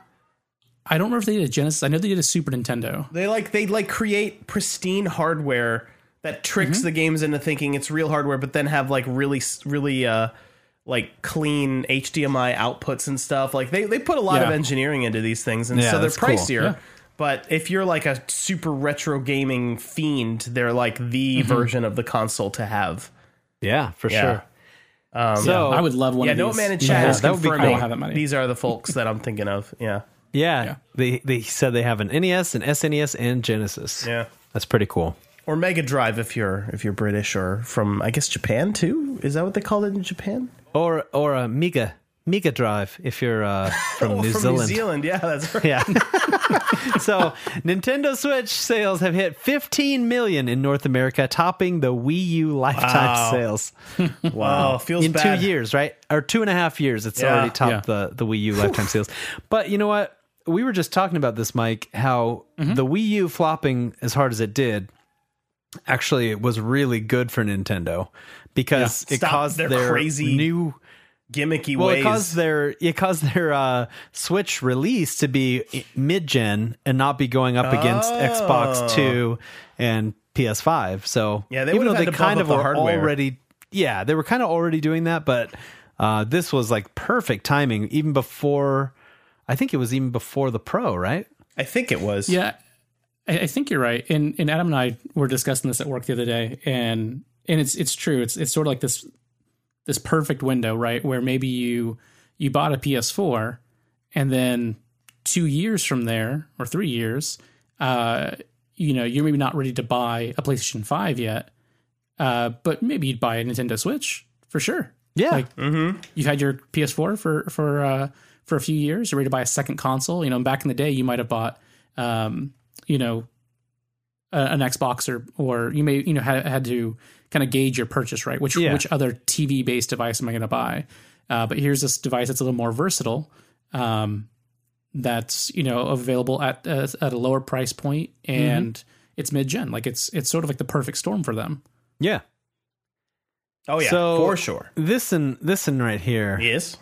Speaker 3: I don't remember if they did a Genesis. I know they did a Super Nintendo.
Speaker 2: They like they like create pristine hardware that tricks
Speaker 1: Mm-hmm.
Speaker 2: the games into thinking it's real hardware, but then have like really s- really uh like clean HDMI outputs and stuff. Like they they put a lot of
Speaker 3: Yeah.
Speaker 2: engineering into these things, and
Speaker 1: Yeah,
Speaker 2: so they're
Speaker 1: that's cool.
Speaker 2: pricier.
Speaker 3: Yeah.
Speaker 2: But if you're like a super retro gaming fiend, they're like the version of the console to have.
Speaker 1: yeah, for
Speaker 2: Yeah.
Speaker 1: Mm-hmm. sure.
Speaker 2: Um,
Speaker 1: so
Speaker 3: I would love one
Speaker 2: yeah,
Speaker 3: of
Speaker 2: no
Speaker 3: these.
Speaker 2: man in chat is
Speaker 1: that would be
Speaker 2: confirming
Speaker 1: cool. I
Speaker 3: have that money.
Speaker 2: these are the folks that I'm thinking of. Yeah,
Speaker 1: yeah,
Speaker 3: Yeah.
Speaker 1: They they said they have an NES, an SNES, and Genesis.
Speaker 2: yeah.
Speaker 1: that's pretty cool.
Speaker 2: Or Mega Drive if you're if you're British or from I guess Japan too. Is that what they called it in Japan?
Speaker 1: Or or a Mega Mega Drive if you're uh, from,
Speaker 2: Oh,
Speaker 1: New,
Speaker 2: from
Speaker 1: Zealand.
Speaker 2: New Zealand. Yeah, that's right.
Speaker 1: Yeah. so Nintendo Switch sales have hit 15 million in North America, topping the Wii U lifetime
Speaker 2: Wow.
Speaker 1: sales
Speaker 2: Wow, feels
Speaker 1: in
Speaker 2: bad.
Speaker 1: two years, right? Or two and a half years. It's
Speaker 2: Yeah.
Speaker 1: already topped
Speaker 3: Yeah.
Speaker 1: the, the Wii U lifetime sales. But you know what? We were just talking about this, Mike, how
Speaker 2: Mm-hmm.
Speaker 1: the Wii U flopping as hard as it did actually was really good for Nintendo because it
Speaker 2: Stop
Speaker 1: caused
Speaker 2: their
Speaker 1: their
Speaker 2: crazy
Speaker 1: new
Speaker 2: Gimmicky
Speaker 1: well,
Speaker 2: ways.
Speaker 1: it caused their it caused their uh, Switch release to be mid gen and not be going up against
Speaker 2: Oh.
Speaker 1: Xbox Two and PS5. So
Speaker 2: Yeah, they
Speaker 1: even
Speaker 2: would've
Speaker 1: though
Speaker 2: had
Speaker 1: they
Speaker 2: to bump
Speaker 1: kind
Speaker 2: up
Speaker 1: of
Speaker 2: the
Speaker 1: were
Speaker 2: hardware.
Speaker 1: already yeah they were kind of already doing that, but uh, this was like perfect timing even before. I think it was even before the Pro, right?
Speaker 2: I think it was.
Speaker 3: Yeah, I, I think you're right. And and Adam and I were discussing this at work the other day, and and it's it's true. It's it's sort of like this this perfect window, right, where maybe you you bought a PS4, and then two years from there or three years, uh, you know, you're maybe not ready to buy a PlayStation Five yet, uh, but maybe you'd buy a Nintendo Switch for sure.
Speaker 1: Yeah,
Speaker 3: Like, you've had your PS4 for for uh, for a few years. You're ready to buy a second console. You know, back in the day, you might have bought, um, you know, a, an Xbox or or you may you know had, had to kind of gauge your purchase, right? Which
Speaker 1: Yeah.
Speaker 3: which other TV based device am I going to buy? Uh, but here's this device that's a little more versatile. Um, that's you know available at uh, at a lower price point and it's mid gen. Like it's it's sort of like the perfect storm for them.
Speaker 1: yeah,
Speaker 2: Oh yeah,
Speaker 1: So-
Speaker 2: for sure.
Speaker 1: this and this and right here.
Speaker 2: Yes.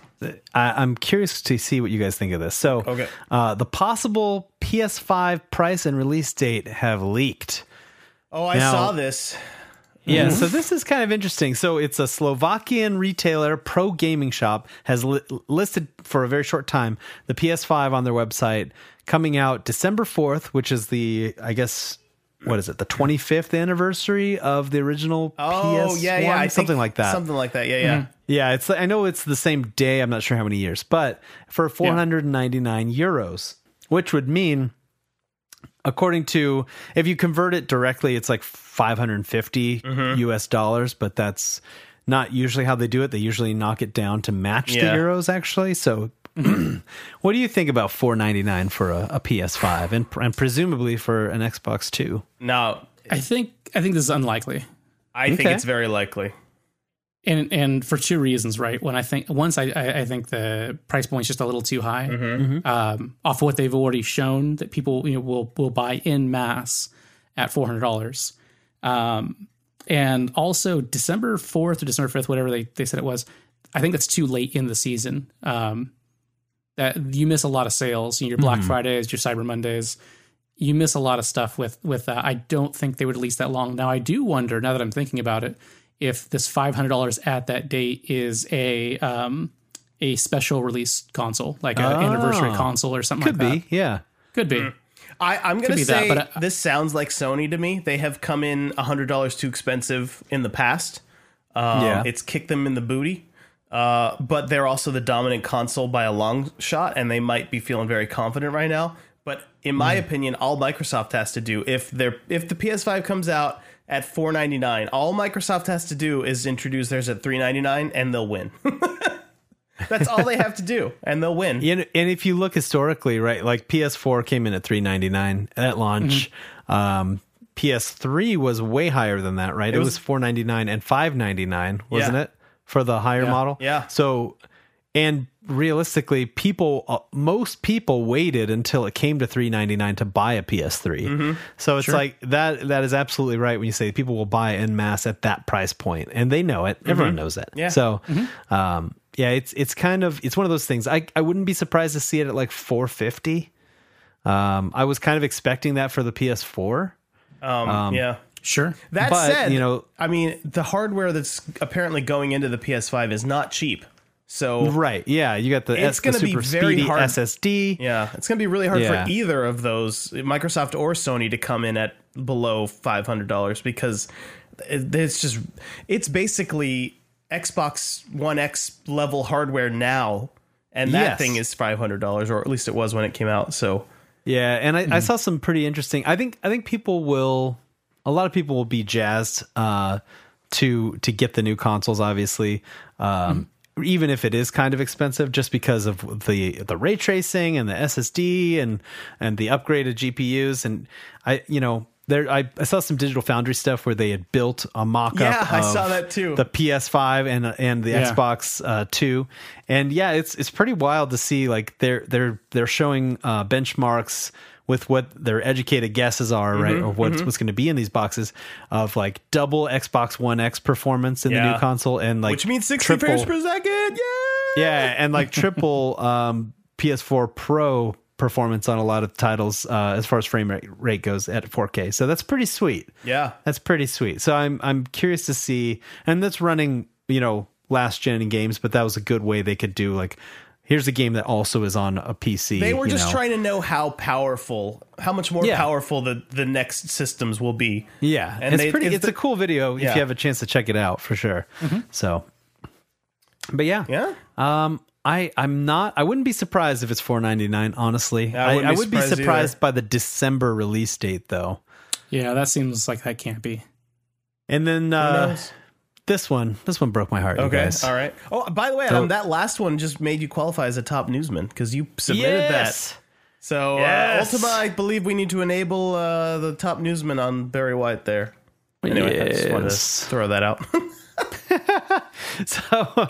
Speaker 1: I, I'm curious to see what you guys think of this. So,
Speaker 2: Okay.
Speaker 1: uh, the possible PS5 price and release date have leaked. Mm-hmm.
Speaker 2: Oh, I
Speaker 1: Now-
Speaker 2: saw this.
Speaker 1: Yeah, so this is kind of interesting. So it's a Slovakian retailer, Pro Gaming Shop, has li- listed for a very short time the PS5 on their website, coming out December 4th, which is the, I guess, what is it, the 25th anniversary of the original
Speaker 2: Oh
Speaker 1: PS1?
Speaker 2: yeah, yeah, I think
Speaker 1: something like that. Mm-hmm.
Speaker 2: Something like that. Yeah, yeah.
Speaker 1: Yeah, it's I know it's the same day. I'm not sure how many years, but for 499 euros, which would mean, according to if you convert it directly, it's like 550 US dollars. But that's not usually how they do it. They usually knock it down to match
Speaker 2: Yeah.
Speaker 1: the euros, actually. So, what do you think about 499 for a, a PS5 and and presumably for an Xbox Two?
Speaker 2: No,
Speaker 3: I think I think this is unlikely.
Speaker 2: I think
Speaker 1: Okay.
Speaker 2: it's very likely.
Speaker 3: and and for two reasons, right? When I think once I I, I think the price point's just a little too high um, off what they've already shown that people you know will will buy in mass at four hundred dollars, um, and also December fourth or December fifth, whatever they they said it was, I think that's too late in the season. Um, that you miss a lot of sales, you know, your Black
Speaker 1: Mm-hmm.
Speaker 3: Fridays, your Cyber Mondays. You miss a lot of stuff with with that. I don't think they would release that long. Now I do wonder, now that I'm thinking about it, if this five hundred dollars at that date is a um a special release console, like an anniversary console or something
Speaker 1: Ah. Could
Speaker 3: like
Speaker 1: be, yeah.
Speaker 3: that. Could be.
Speaker 2: I, I'm gonna
Speaker 3: be that,
Speaker 2: say
Speaker 3: but I-
Speaker 2: this sounds like Sony to me. They have come in hundred dollars too expensive in the past. Um,
Speaker 1: Yeah.
Speaker 2: it's kicked them in the booty. Uh, but they're also the dominant console by a long shot, and they might be feeling very confident right now. But in my opinion, all Microsoft has to do if they're if the PS5 comes out at four ninety nine, all Microsoft has to do is introduce theirs at three ninety nine, and they'll win. That's all they have to do, and they'll win.
Speaker 1: Yeah, and- and if you look historically, right, like PS4 came in at 399 at launch. Um, PS3 was way higher than that, right? It, was, 499 and 599, wasn't
Speaker 2: Yeah.
Speaker 1: it, for the higher model?
Speaker 2: Yeah.
Speaker 1: So, and realistically, people, uh, most people waited until it came to 399 to buy a PS3.
Speaker 2: Mm-hmm.
Speaker 1: So it's like that. That is absolutely right when you say people will buy en masse at that price point, and they know it. Everyone knows that.
Speaker 2: Mm-hmm. Yeah. Mm-hmm.
Speaker 1: So, um, yeah, it's it's kind of it's one of those things. I I wouldn't be surprised to see it at like 450. Um, I was kind of expecting that for the PS4.
Speaker 2: Um, yeah.
Speaker 3: Sure.
Speaker 2: That
Speaker 1: But,
Speaker 2: said,
Speaker 1: you know-
Speaker 2: I mean, the hardware that's apparently going into the PS5 is not cheap. So
Speaker 1: Right. Yeah, you got the, S,
Speaker 2: It's
Speaker 1: the
Speaker 2: gonna be
Speaker 1: super
Speaker 2: very
Speaker 1: speedy
Speaker 2: hard-
Speaker 1: SSD.
Speaker 2: yeah, it's going to be really hard
Speaker 1: Yeah.
Speaker 2: for either of those, Microsoft or Sony, to come in at below five hundred dollars because it- it's just it's basically Xbox One X level hardware now, and that
Speaker 1: Yes.
Speaker 2: thing is five hundred dollars, or at least it was when it came out. So
Speaker 1: Yeah, and
Speaker 2: Hmm.
Speaker 1: I, I saw some pretty interesting. I think I think people will, a lot of people will be jazzed uh, to to get the new consoles. Obviously, um,
Speaker 2: Hmm.
Speaker 1: even if it is kind of expensive, just because of the the ray tracing and the SSD and and the upgraded GPUs. And I, you know, there I, I saw some Digital Foundry stuff where they had built a mock up.
Speaker 2: Yeah, I saw that too.
Speaker 1: The PS5 and and the
Speaker 3: Yeah.
Speaker 1: Xbox uh, Two, and yeah, it's it's pretty wild to see like they're they're they're showing uh, benchmarks with what their educated guesses are, right,
Speaker 2: Mm-hmm,
Speaker 1: or what's what's going to be in these boxes of like double Xbox One X performance in the
Speaker 2: Yeah.
Speaker 1: new console, and like
Speaker 2: which means sixty
Speaker 1: triple,
Speaker 2: frames per second. Yeah.
Speaker 1: yeah, and like triple um, PS4 Pro performance on a lot of titles uh, as far as frame rate, rate goes at 4K. So that's pretty sweet.
Speaker 2: Yeah.
Speaker 1: That's pretty sweet. So I'm I'm curious to see, and that's running you know last gen games, but that was a good way they could do like here's a game that also is on a PC.
Speaker 2: They were
Speaker 1: you
Speaker 2: just
Speaker 1: know.
Speaker 2: trying to know how powerful, how much more
Speaker 1: Yeah.
Speaker 2: powerful the, the next systems will be.
Speaker 1: Yeah,
Speaker 2: And
Speaker 1: it's
Speaker 2: they-
Speaker 1: pretty.
Speaker 2: it's
Speaker 1: It's,
Speaker 2: the-
Speaker 1: a cool video if
Speaker 2: Yeah. Mm-hmm.
Speaker 1: you have a chance to check it out for sure. So, but yeah,
Speaker 2: Yeah.
Speaker 1: Um, I I'm not. I wouldn't be surprised if it's 4.99. Honestly,
Speaker 2: I wouldn't be
Speaker 1: would be
Speaker 2: surprised either.
Speaker 1: surprised by the December release date though.
Speaker 3: Yeah, that seems like that can't be.
Speaker 1: And then uh, this one, this one broke my heart. you
Speaker 2: okay.
Speaker 1: guys.
Speaker 2: All right. Oh, by the way, Adam, that last one just made you qualify as a top newsman because you submitted that.
Speaker 1: Yes.
Speaker 2: So
Speaker 1: Yes.
Speaker 2: uh, Ultima, I believe we need to enable uh, the top newsman on Barry White there. Anyway, I just wanted to
Speaker 1: Yes.
Speaker 2: throw that out.
Speaker 1: So,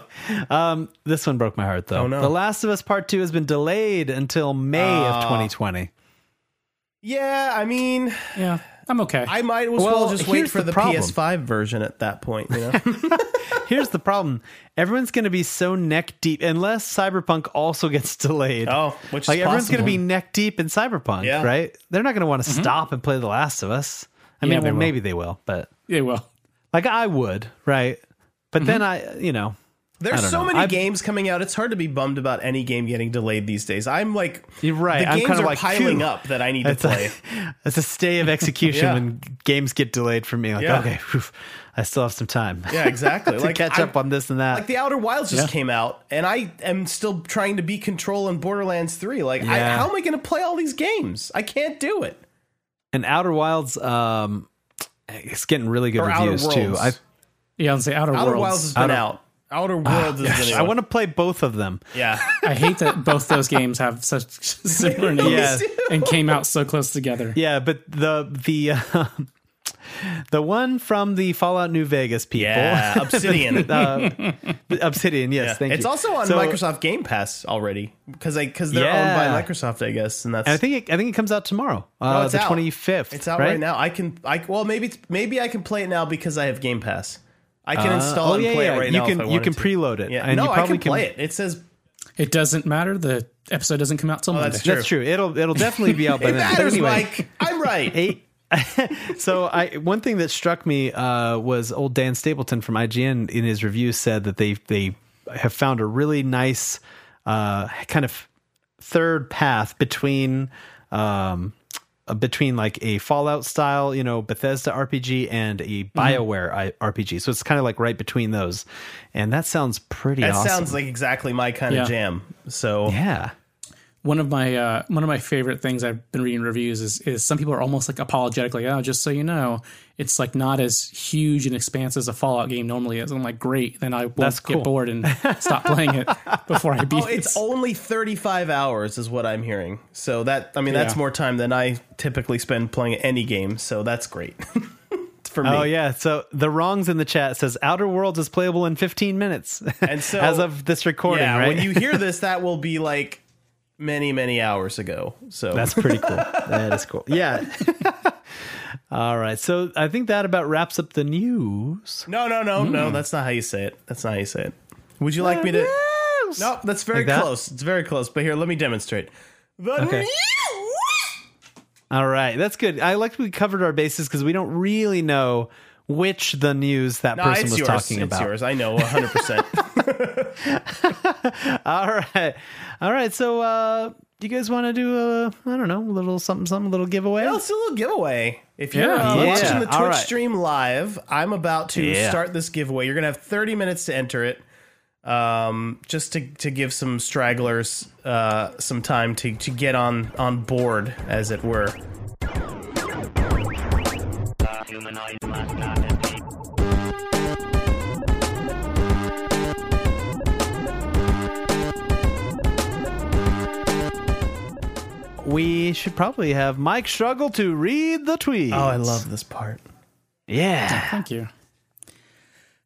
Speaker 1: um, this one broke my heart though.
Speaker 2: Oh, no.
Speaker 1: The Last of Us Part Two has been delayed until May
Speaker 2: Ah.
Speaker 1: of 2020.
Speaker 2: yeah, I mean,
Speaker 3: Yeah, I'm okay.
Speaker 2: I might as well,
Speaker 1: Well,
Speaker 2: just wait
Speaker 1: here's
Speaker 2: for
Speaker 1: the
Speaker 2: the,
Speaker 1: problem.
Speaker 2: PS5 version at that point. You know?
Speaker 1: Here's the problem: everyone's going to be so neck deep unless Cyberpunk also gets delayed.
Speaker 2: oh, which
Speaker 1: like
Speaker 2: is
Speaker 1: everyone's
Speaker 2: possible.
Speaker 1: going to be neck deep in Cyberpunk,
Speaker 2: Yeah. Mm-hmm.
Speaker 1: right? They're not going to want to stop and play The Last of Us. I mean,
Speaker 3: Yeah, they
Speaker 1: well,
Speaker 3: will.
Speaker 1: maybe they will, but
Speaker 3: yeah, well,
Speaker 1: Like I would, right? But then
Speaker 2: Mm-hmm.
Speaker 1: I, you know, I
Speaker 2: There's
Speaker 1: don't
Speaker 2: so
Speaker 1: know.
Speaker 2: many
Speaker 1: I've-
Speaker 2: games coming out. It's hard to be bummed about any game getting delayed these days. I'm like,
Speaker 1: You're right.
Speaker 2: The
Speaker 1: I'm
Speaker 2: games
Speaker 1: kinda
Speaker 2: are
Speaker 1: like,
Speaker 2: piling
Speaker 1: phew.
Speaker 2: up that I need to
Speaker 1: it's
Speaker 2: play.
Speaker 1: a, it's a stay of execution
Speaker 2: Yeah.
Speaker 1: when games get delayed for me. Like,
Speaker 2: Yeah.
Speaker 1: okay, phew, I still have some time.
Speaker 2: yeah, exactly.
Speaker 1: to catch
Speaker 2: I-
Speaker 1: up on this and that.
Speaker 2: Like the Outer Wilds just came out, and I am still trying to beat Control and Borderlands Three. Like, I,
Speaker 1: Yeah.
Speaker 2: how am I going to play all these games? I can't do it.
Speaker 1: and Outer Wilds, um, it's getting really good
Speaker 2: Or Outer
Speaker 1: reviews
Speaker 2: Worlds.
Speaker 1: too. I
Speaker 3: Yeah, I'll say Outer,
Speaker 2: Outer
Speaker 3: Worlds.
Speaker 2: Wilds has been out. Outer Worlds has been out.
Speaker 1: Ah, I want to play both of them.
Speaker 2: yeah,
Speaker 3: I hate that both those games have such similar names
Speaker 1: Yeah.
Speaker 3: and came out so close together.
Speaker 1: Yeah, but the the uh, the one from the Fallout New Vegas people,
Speaker 2: yeah. Obsidian.
Speaker 1: uh, Obsidian. Yes, thank you.
Speaker 2: it's also on
Speaker 1: So-
Speaker 2: Microsoft Game Pass already because I because they're
Speaker 1: Yeah.
Speaker 2: owned by Microsoft, I guess, and that's
Speaker 1: And I think it, I think it comes out tomorrow, uh,
Speaker 2: it's
Speaker 1: the
Speaker 2: out.
Speaker 1: twenty fifth.
Speaker 2: It's out right? now. I can I well maybe it's- maybe I can play it now because I have Game Pass. I can install
Speaker 1: oh
Speaker 2: and
Speaker 1: yeah,
Speaker 2: play
Speaker 1: yeah.
Speaker 2: it right
Speaker 1: you
Speaker 2: now.
Speaker 1: can
Speaker 2: if I
Speaker 1: you
Speaker 2: wanted
Speaker 1: can
Speaker 2: to.
Speaker 1: preload it.
Speaker 2: Yeah,
Speaker 1: and
Speaker 2: no,
Speaker 1: you probably
Speaker 2: I can, play it. It says
Speaker 3: It doesn't matter. The episode doesn't come out till Monday.
Speaker 2: Oh, that's true.
Speaker 1: That's true. It'll it'll definitely be out by
Speaker 2: it
Speaker 1: then. But
Speaker 2: matters,
Speaker 1: anyway,
Speaker 2: Mike. I'm right.
Speaker 1: eight. so I one thing that struck me uh, was old Dan Stapleton from IGN in his review said that they they have found a really nice uh, kind of third path between um, uh, between like a Fallout style, you know, Bethesda RPG and a
Speaker 2: Mm-hmm.
Speaker 1: BioWare I- RPG. So it's kind of like right between those, and that sounds pretty.
Speaker 2: that
Speaker 1: awesome.
Speaker 2: sounds like exactly my kind
Speaker 3: Yeah.
Speaker 2: of jam. So
Speaker 1: yeah.
Speaker 3: One of my uh, one of my favorite things I've been reading reviews is is some people are almost like apologetic, like oh, just so you know, it's like not as huge and expansive as a Fallout game normally is. I'm like, great, then I will
Speaker 1: That's cool.
Speaker 3: get bored and stop playing it before I beat
Speaker 2: Oh,
Speaker 3: it.
Speaker 2: it's only 35 hours is what I'm hearing. So that I mean that's
Speaker 3: Yeah.
Speaker 2: more time than I typically spend playing any game. So that's great for me.
Speaker 1: Oh yeah. So the wrongs in the chat says Outer Worlds is playable in 15 minutes.
Speaker 2: And so-
Speaker 1: as of this recording,
Speaker 2: yeah,
Speaker 1: right?
Speaker 2: when you hear this, that will be like many, many hours ago. So
Speaker 1: That's pretty cool. that is cool. Yeah. All right. So I think that about wraps up the news.
Speaker 2: no, no, no, no.
Speaker 1: Hmm.
Speaker 2: That's not how you say it. That's not how you say it. Would you like me to? Nope. That's very
Speaker 1: Like that?
Speaker 2: close. It's very close. But here, let me demonstrate. The
Speaker 1: Okay. All right. That's good. I like we covered our bases because we don't really know which the news that
Speaker 2: No,
Speaker 1: person
Speaker 2: it's
Speaker 1: was
Speaker 2: yours.
Speaker 1: talking
Speaker 2: it's
Speaker 1: about.
Speaker 2: yours. I know 100. percent
Speaker 1: All right. All right. So uh you guys want to do a I don't know, a little something something a little giveaway?
Speaker 2: It's a little giveaway. If you're
Speaker 3: Yeah.
Speaker 2: uh,
Speaker 1: Yeah.
Speaker 2: watching the Twitch
Speaker 1: All right.
Speaker 2: stream live, I'm about to
Speaker 1: Yeah.
Speaker 2: start this giveaway. You're gonna have 30 minutes to enter it. Um, just to, to give some stragglers uh, some time to, to get on on board, as it were.
Speaker 4: humanoid must not have been.
Speaker 1: We should probably have Mike struggle to read the tweets.
Speaker 2: Oh, I love this part.
Speaker 1: Yeah.
Speaker 3: Thank you.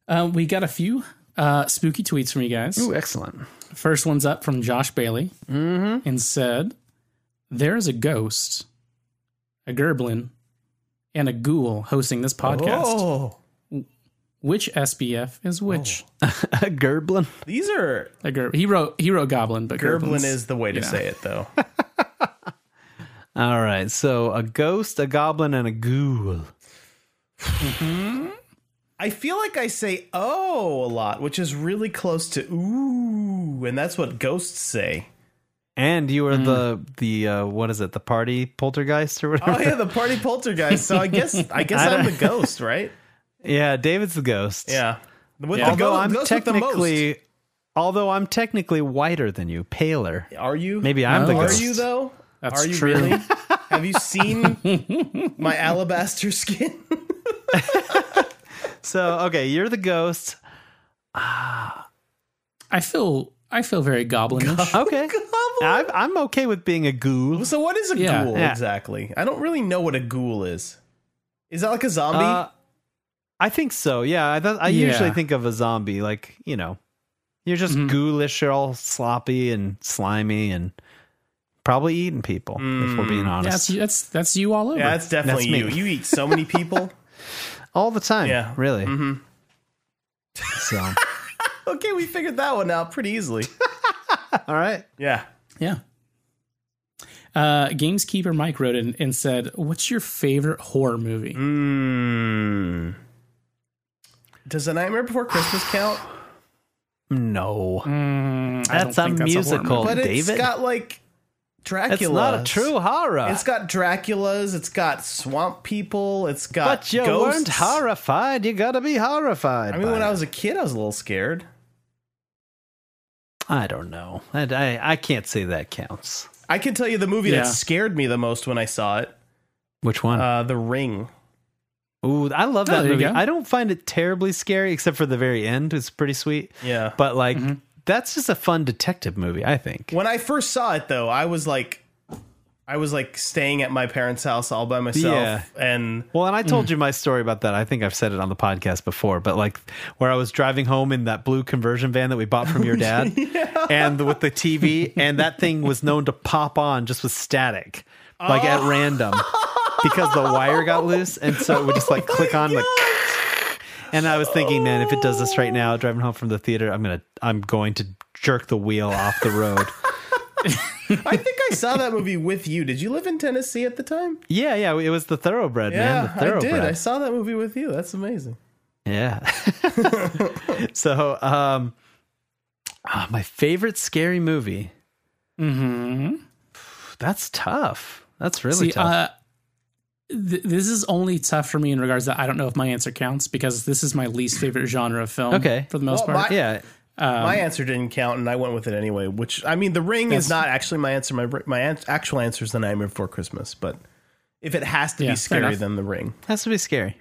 Speaker 3: Uh, we got a few uh, spooky tweets from you guys.
Speaker 1: excellent.
Speaker 3: First one's up from Josh Bailey
Speaker 2: Mm-hmm.
Speaker 3: and said, There is a ghost, a gerblin, and a ghoul hosting this podcast.
Speaker 2: Oh,
Speaker 3: Which SBF is which?
Speaker 1: A gerblin.
Speaker 2: these are
Speaker 3: A ger- he wrote he wrote goblin, but
Speaker 2: Gerblin
Speaker 3: gerblins-
Speaker 2: is the way to say it, though.
Speaker 1: All right. So a ghost, a goblin, and a ghoul.
Speaker 2: I feel like I say "oh" a lot, which is really close to "ooh," and that's what ghosts say.
Speaker 1: And you are the the uh, what is it? The party poltergeist or whatever.
Speaker 2: Hmm. Oh yeah, the party poltergeist. So I guess I guess
Speaker 1: I
Speaker 2: I'm the
Speaker 1: don't-
Speaker 2: ghost, right?
Speaker 1: yeah, David's the ghost.
Speaker 2: Yeah. With
Speaker 3: Yeah.
Speaker 2: the
Speaker 1: Although
Speaker 2: go-
Speaker 1: I'm
Speaker 2: ghost with the most.
Speaker 1: technically, although I'm technically whiter than you, paler.
Speaker 2: Are you?
Speaker 1: Maybe I'm the
Speaker 3: Oh.
Speaker 2: Are
Speaker 1: ghost.
Speaker 2: you though?
Speaker 3: That's
Speaker 2: Are you
Speaker 3: true.
Speaker 2: really? Have you seen my alabaster skin?
Speaker 1: So okay, you're the ghost.
Speaker 3: I feel I feel very goblinish.
Speaker 1: Okay, I'm, I'm okay with being a ghoul.
Speaker 2: so what is a
Speaker 3: Yeah.
Speaker 2: ghoul
Speaker 1: Yeah.
Speaker 2: exactly? I don't really know what a ghoul is. Is that like a zombie?
Speaker 1: Uh, I think so. Yeah, I, th- I
Speaker 3: Yeah.
Speaker 1: usually think of a zombie like you know, you're just
Speaker 2: Mm-hmm.
Speaker 1: ghoulish, you're all sloppy and slimy, and probably eating people. If we're being
Speaker 2: Mm.
Speaker 3: Yeah, that's
Speaker 1: honest,
Speaker 3: that's that's you all over.
Speaker 2: yeah, that's definitely
Speaker 1: that's
Speaker 2: you.
Speaker 1: me.
Speaker 2: You eat so many people.
Speaker 1: all the time.
Speaker 2: Yeah. Mm-hmm.
Speaker 1: really. So,
Speaker 2: okay, we figured that one out pretty easily.
Speaker 1: all right.
Speaker 2: Yeah.
Speaker 3: Yeah. Uh, Gameskeeper Mike wrote in and said, "What's your favorite horror movie?"
Speaker 2: Mm. Hmm. Does The Nightmare Before Christmas count?
Speaker 1: No,
Speaker 3: I
Speaker 1: that's
Speaker 3: don't
Speaker 1: a
Speaker 3: think that's a horror
Speaker 1: musical,
Speaker 3: movie.
Speaker 2: But it's
Speaker 1: David.
Speaker 2: got like Dracula.
Speaker 1: It's not a true horror.
Speaker 2: It's got Draculas. It's got swamp people. It's got
Speaker 1: but you
Speaker 2: ghosts.
Speaker 1: weren't horrified. You gotta be horrified.
Speaker 2: I mean,
Speaker 1: by
Speaker 2: when
Speaker 1: it.
Speaker 2: I was a kid, I was a little scared.
Speaker 1: I don't know. I, I, I can't say that counts.
Speaker 2: I can tell you the movie
Speaker 3: Yeah.
Speaker 2: that scared me the most when I saw it.
Speaker 1: Which one?
Speaker 2: Uh, the Ring.
Speaker 1: Ooh, I love
Speaker 3: Oh,
Speaker 1: that
Speaker 3: there you
Speaker 1: movie.
Speaker 3: go.
Speaker 1: I don't find it terribly scary, except for the very end. It's pretty sweet.
Speaker 2: Yeah.
Speaker 1: But like,
Speaker 3: Mm-hmm.
Speaker 1: that's just a fun detective movie. I think.
Speaker 2: When I first saw it, though, I was like, I was like staying at my parents' house all by myself,
Speaker 1: Yeah.
Speaker 2: and
Speaker 1: Well, and I told
Speaker 2: Mm.
Speaker 1: you my story about that. I think I've said it on the podcast before, but like where I was driving home in that blue conversion van that we bought from your dad and with the TV, and that thing was known to pop on just with static, like at random because the wire got loose. And so it would just like
Speaker 2: Oh
Speaker 1: click on, like, and I was thinking, man, if it does this right now, driving home from the theater, I'm going to, I'm going to jerk the wheel off the road.
Speaker 2: I think I saw that movie with you. Did you live in Tennessee at the time?
Speaker 1: yeah. Yeah. It was the thoroughbred, man. The
Speaker 2: I
Speaker 1: thoroughbred.
Speaker 2: did. I saw that movie with you. That's amazing.
Speaker 1: Yeah. so, um, ah, my favorite scary movie. Mm-hmm. That's tough. That's really
Speaker 3: See,
Speaker 1: tough.
Speaker 3: uh, th- this is only tough for me in regards that I don't know if my answer counts because this is my least favorite genre of film.
Speaker 1: Okay.
Speaker 3: for the most
Speaker 2: Well,
Speaker 3: part.
Speaker 2: my-
Speaker 1: yeah.
Speaker 2: my
Speaker 3: Um,
Speaker 2: answer didn't count, and I went with it anyway. Which I mean, The Ring is not actually my answer. My my an- actual answer is The Nightmare Before Christmas. But if it has to
Speaker 3: Yeah,
Speaker 2: be
Speaker 3: fair
Speaker 2: scary,
Speaker 3: enough.
Speaker 2: then The Ring.
Speaker 1: Has to be scary.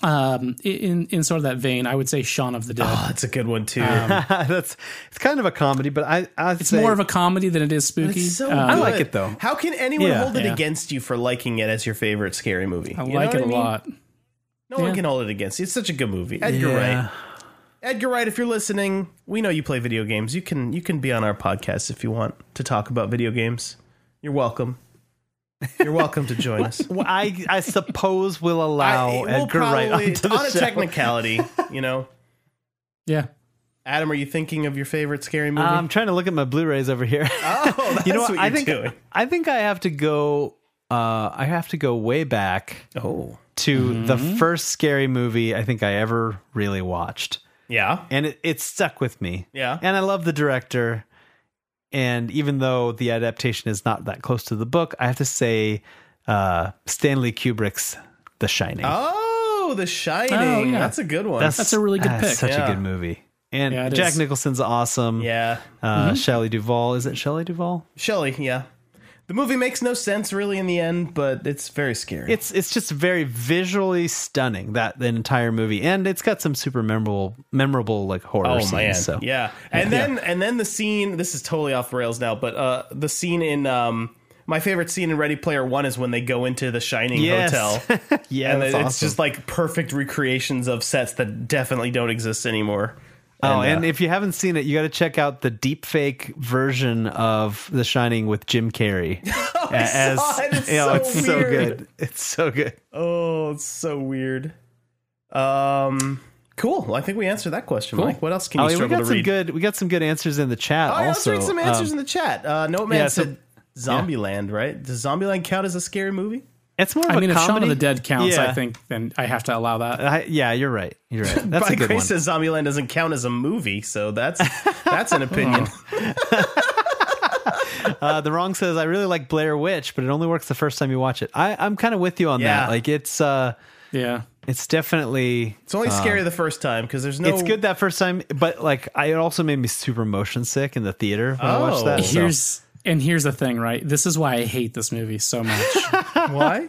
Speaker 3: um, in in sort of that vein, I would say Shaun of the Dead.
Speaker 2: Oh, that's a good one too.
Speaker 3: Um,
Speaker 1: That's it's kind of a comedy, but I I
Speaker 3: it's more of a comedy than it is spooky.
Speaker 2: It's so
Speaker 3: Um,
Speaker 1: I like
Speaker 2: good.
Speaker 1: it, though.
Speaker 2: How can anyone
Speaker 1: Yeah.
Speaker 2: hold it
Speaker 3: Yeah.
Speaker 2: against you for liking it as your favorite scary movie?
Speaker 3: I
Speaker 2: You know
Speaker 3: like
Speaker 2: what
Speaker 3: it a
Speaker 2: mean?
Speaker 3: lot.
Speaker 2: No one
Speaker 3: Yeah.
Speaker 2: can hold it against you. It's such a good movie. Edgar
Speaker 1: Yeah.
Speaker 2: Wright. Edgar Wright, if you're listening, we know you play video games. You can you can be on our podcast if you want to talk about video games. You're welcome. You're welcome to join us.
Speaker 1: Well, I I suppose we'll
Speaker 2: I-
Speaker 1: allow
Speaker 2: we'll
Speaker 1: Edgar Wright
Speaker 2: probably-
Speaker 1: onto the
Speaker 2: on a
Speaker 1: show.
Speaker 2: technicality, you know.
Speaker 3: Yeah.
Speaker 2: Adam, are you thinking of your favorite scary movie?
Speaker 1: I'm trying to look at my Blu-rays over here.
Speaker 2: oh, that's
Speaker 1: Um, you know what,
Speaker 2: you're
Speaker 1: I think
Speaker 2: doing.
Speaker 1: I think I have to go. Uh, I have to go way back
Speaker 2: Oh,
Speaker 1: to the
Speaker 3: Mm-hmm.
Speaker 1: first scary movie I think I ever really watched.
Speaker 2: yeah.
Speaker 1: and it, it stuck with me.
Speaker 2: Yeah.
Speaker 1: And I love the director. And even though the adaptation is not that close to the book, I have to say uh, Stanley Kubrick's The Shining.
Speaker 2: Oh, The Shining.
Speaker 3: Oh, yeah.
Speaker 2: That's a good one.
Speaker 3: that's a really good
Speaker 1: ah,
Speaker 3: pick.
Speaker 1: Such
Speaker 2: Yeah.
Speaker 1: a good movie. And
Speaker 3: Yeah, it
Speaker 1: Jack
Speaker 3: is. Mm-hmm.
Speaker 1: Nicholson's awesome.
Speaker 2: yeah.
Speaker 1: Uh, Shelley Duvall. Is it Shelley Duvall?
Speaker 2: Shelley, yeah. The movie makes no sense really in the end, but it's very scary.
Speaker 1: It's it's just very visually stunning that the entire movie, and it's got some super memorable memorable like horror
Speaker 3: Oh,
Speaker 1: scenes. So
Speaker 2: Oh, Yeah. And then and then the scene this is totally off the rails now, but uh the scene in um my favorite scene in Ready Player One is when they go into the Shining
Speaker 1: Yes.
Speaker 2: Hotel.
Speaker 1: yeah,
Speaker 2: and
Speaker 1: that's
Speaker 2: it's
Speaker 1: awesome.
Speaker 2: just like perfect recreations of sets that definitely don't exist anymore.
Speaker 1: Oh,
Speaker 2: And, uh,
Speaker 1: and if you haven't seen it, you got to check out the deepfake version of The Shining with Jim Carrey. As-
Speaker 2: Oh, saw it. It's
Speaker 1: you know,
Speaker 2: so
Speaker 1: it's so
Speaker 2: weird.
Speaker 1: good. It's so good.
Speaker 2: Oh, it's so weird. Um Cool. Well, I think we answered that question, Mike. What else can you
Speaker 1: Oh, yeah, we
Speaker 2: struggle
Speaker 1: got
Speaker 2: to
Speaker 1: some
Speaker 2: read?
Speaker 1: good. We got some good answers in the chat.
Speaker 2: Oh, yeah,
Speaker 1: also,
Speaker 2: let's read some
Speaker 1: Um,
Speaker 2: answers in the chat. Uh, no man
Speaker 1: yeah, so-
Speaker 2: said Zombieland, right? Does Zombieland count as a scary movie?
Speaker 1: it's more of
Speaker 3: I mean,
Speaker 1: a
Speaker 3: if Shaun
Speaker 1: comedy.
Speaker 3: of the Dead counts,
Speaker 1: Yeah. Uh,
Speaker 3: I think then I have to allow that.
Speaker 1: I- yeah, you're right. You're right. That's
Speaker 2: By
Speaker 1: a good
Speaker 2: Grace
Speaker 1: one.
Speaker 2: says Zombieland doesn't count as a movie, so that's that's an opinion.
Speaker 1: Oh. Uh, the wrong says I really like Blair Witch, but it only works the first time you watch it. I, I'm kind of with you on
Speaker 2: Yeah.
Speaker 1: that. Like it's uh,
Speaker 3: Yeah.
Speaker 1: it's definitely
Speaker 2: It's only scary the first time because there's no.
Speaker 1: Uh, it's good that first time, but like I, it also made me super motion sick in the theater when I watched
Speaker 2: Oh.
Speaker 1: that. so-
Speaker 3: Here's and here's the thing, right? This is why I hate this movie so much
Speaker 2: Why?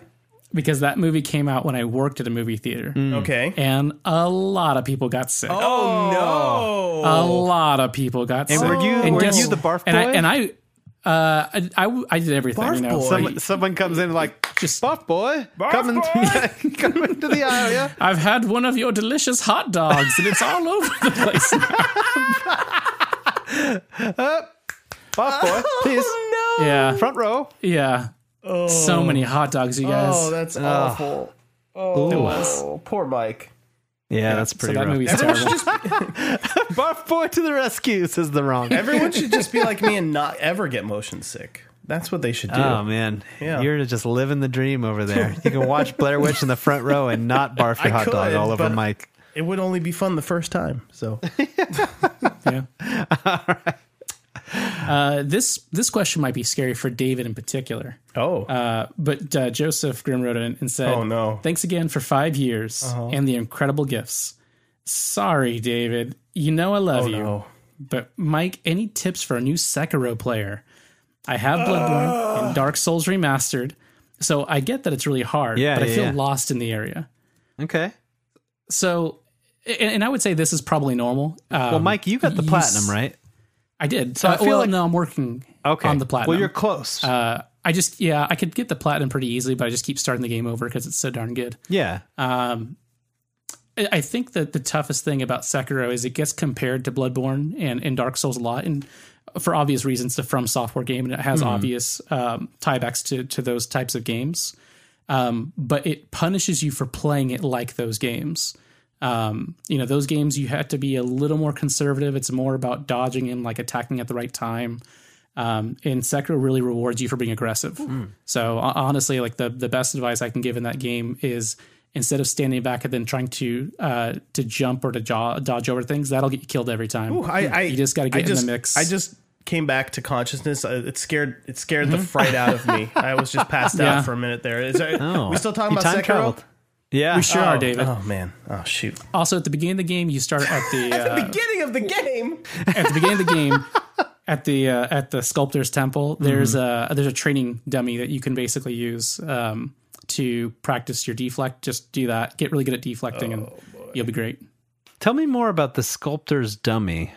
Speaker 3: because that movie came out when I worked at a movie theater,
Speaker 1: Mm.
Speaker 2: Okay.
Speaker 3: and a lot of people got sick.
Speaker 2: Oh
Speaker 1: Uh,
Speaker 3: a lot of people got sick.
Speaker 1: were you- were you the barf
Speaker 3: And I
Speaker 1: boy?
Speaker 3: and I, uh, I, I, I did everything.
Speaker 2: Barf
Speaker 3: you know,
Speaker 2: boy?
Speaker 1: Someone, someone comes in like just
Speaker 3: Just-
Speaker 1: buff boy, coming, coming to the aisle. Yeah?
Speaker 3: I've had one of your delicious hot dogs, and it's all over the place.
Speaker 1: Buff boy, please.
Speaker 2: Oh, no!
Speaker 3: yeah,
Speaker 1: Front row.
Speaker 3: yeah. So many hot dogs, you guys.
Speaker 2: Oh, that's
Speaker 3: Ah.
Speaker 2: awful.
Speaker 1: Ooh.
Speaker 2: Oh, poor Mike.
Speaker 1: Yeah, that's pretty
Speaker 3: so that
Speaker 1: rough.
Speaker 3: movie's
Speaker 2: Everyone should
Speaker 3: terrible.
Speaker 2: just be,
Speaker 1: Buff boy to the rescue says the wrong.
Speaker 2: everyone should just be like me and not ever get motion sick. That's what they should
Speaker 3: Ah.
Speaker 2: do.
Speaker 1: Oh man,
Speaker 2: Yeah.
Speaker 1: you're just living the dream over there. You can watch Blair Witch in the front row and not barf your
Speaker 2: I
Speaker 1: hot dog
Speaker 2: could,
Speaker 1: all over
Speaker 2: but-
Speaker 1: Mike.
Speaker 2: it would only be fun the first time. So
Speaker 3: Yeah. Uh, this this question might be scary for David in particular,
Speaker 2: oh
Speaker 3: uh, but uh, Joseph Grimm wrote in and said,
Speaker 2: Oh, no.
Speaker 3: Thanks again for five years
Speaker 1: Uh-huh.
Speaker 3: and the incredible gifts. Sorry, David. You know I
Speaker 1: Oh,
Speaker 3: love you,
Speaker 2: no.
Speaker 3: but Mike, any tips for a new Sekiro player? I have Bloodborne
Speaker 1: Ah.
Speaker 3: and Dark Souls remastered, so I get that it's really hard,
Speaker 1: Yeah,
Speaker 3: but I
Speaker 1: yeah,
Speaker 3: feel
Speaker 1: yeah.
Speaker 3: lost in the area.
Speaker 1: Okay.
Speaker 3: So, and, and I would say this is probably normal. Um,
Speaker 1: Well, Mike, you got the
Speaker 3: you
Speaker 1: platinum,
Speaker 3: s-
Speaker 1: right?
Speaker 3: I did. So I
Speaker 1: feel
Speaker 3: feel well,
Speaker 1: like-
Speaker 3: no, I'm working
Speaker 1: Okay.
Speaker 3: on the platinum.
Speaker 1: Well, you're close.
Speaker 3: uh, I just yeah, I could get the platinum pretty easily, but I just keep starting the game over because it's so darn good.
Speaker 1: yeah.
Speaker 3: I I think that the toughest thing about Sekiro is it gets compared to Bloodborne and, and Dark Souls a lot, and for obvious reasons, the From Software game, and it has obvious um, tiebacks to to those types of games. Um, but it punishes you for playing it like those games. Um, you know, those games you have to be a little more conservative. It's more about dodging and like attacking at the right time. Um, and Sekiro really rewards you for being aggressive. So ho- honestly, like the the best advice I can give in that game is instead of standing back and then trying to uh, to jump or to jaw, dodge over things, that'll get you killed every time.
Speaker 2: Ooh, I, I
Speaker 3: you just got to
Speaker 2: I
Speaker 3: get in
Speaker 2: just-
Speaker 3: the mix.
Speaker 2: I just came back to consciousness. Uh, It scared it scared the fright out of me. I was just passed
Speaker 3: Mm-hmm. Yeah.
Speaker 2: out for a minute there. Is there
Speaker 1: Oh.
Speaker 2: we still talking
Speaker 1: You
Speaker 2: about
Speaker 1: time
Speaker 2: Sekiro?
Speaker 1: traveled. Yeah.
Speaker 3: we sure
Speaker 2: Oh,
Speaker 3: are, David.
Speaker 2: Oh man. Oh shoot.
Speaker 3: Also, at the beginning of the game, you start at the uh,
Speaker 2: Beginning of the game.
Speaker 3: at the beginning of the game at the uh, at the sculptor's temple there's
Speaker 2: Mm-hmm.
Speaker 3: a there's a training dummy that you can basically use um, to practice your deflect just do that get really good at deflecting
Speaker 2: Oh,
Speaker 3: and you'll be great
Speaker 1: Tell me more about the sculptor's dummy.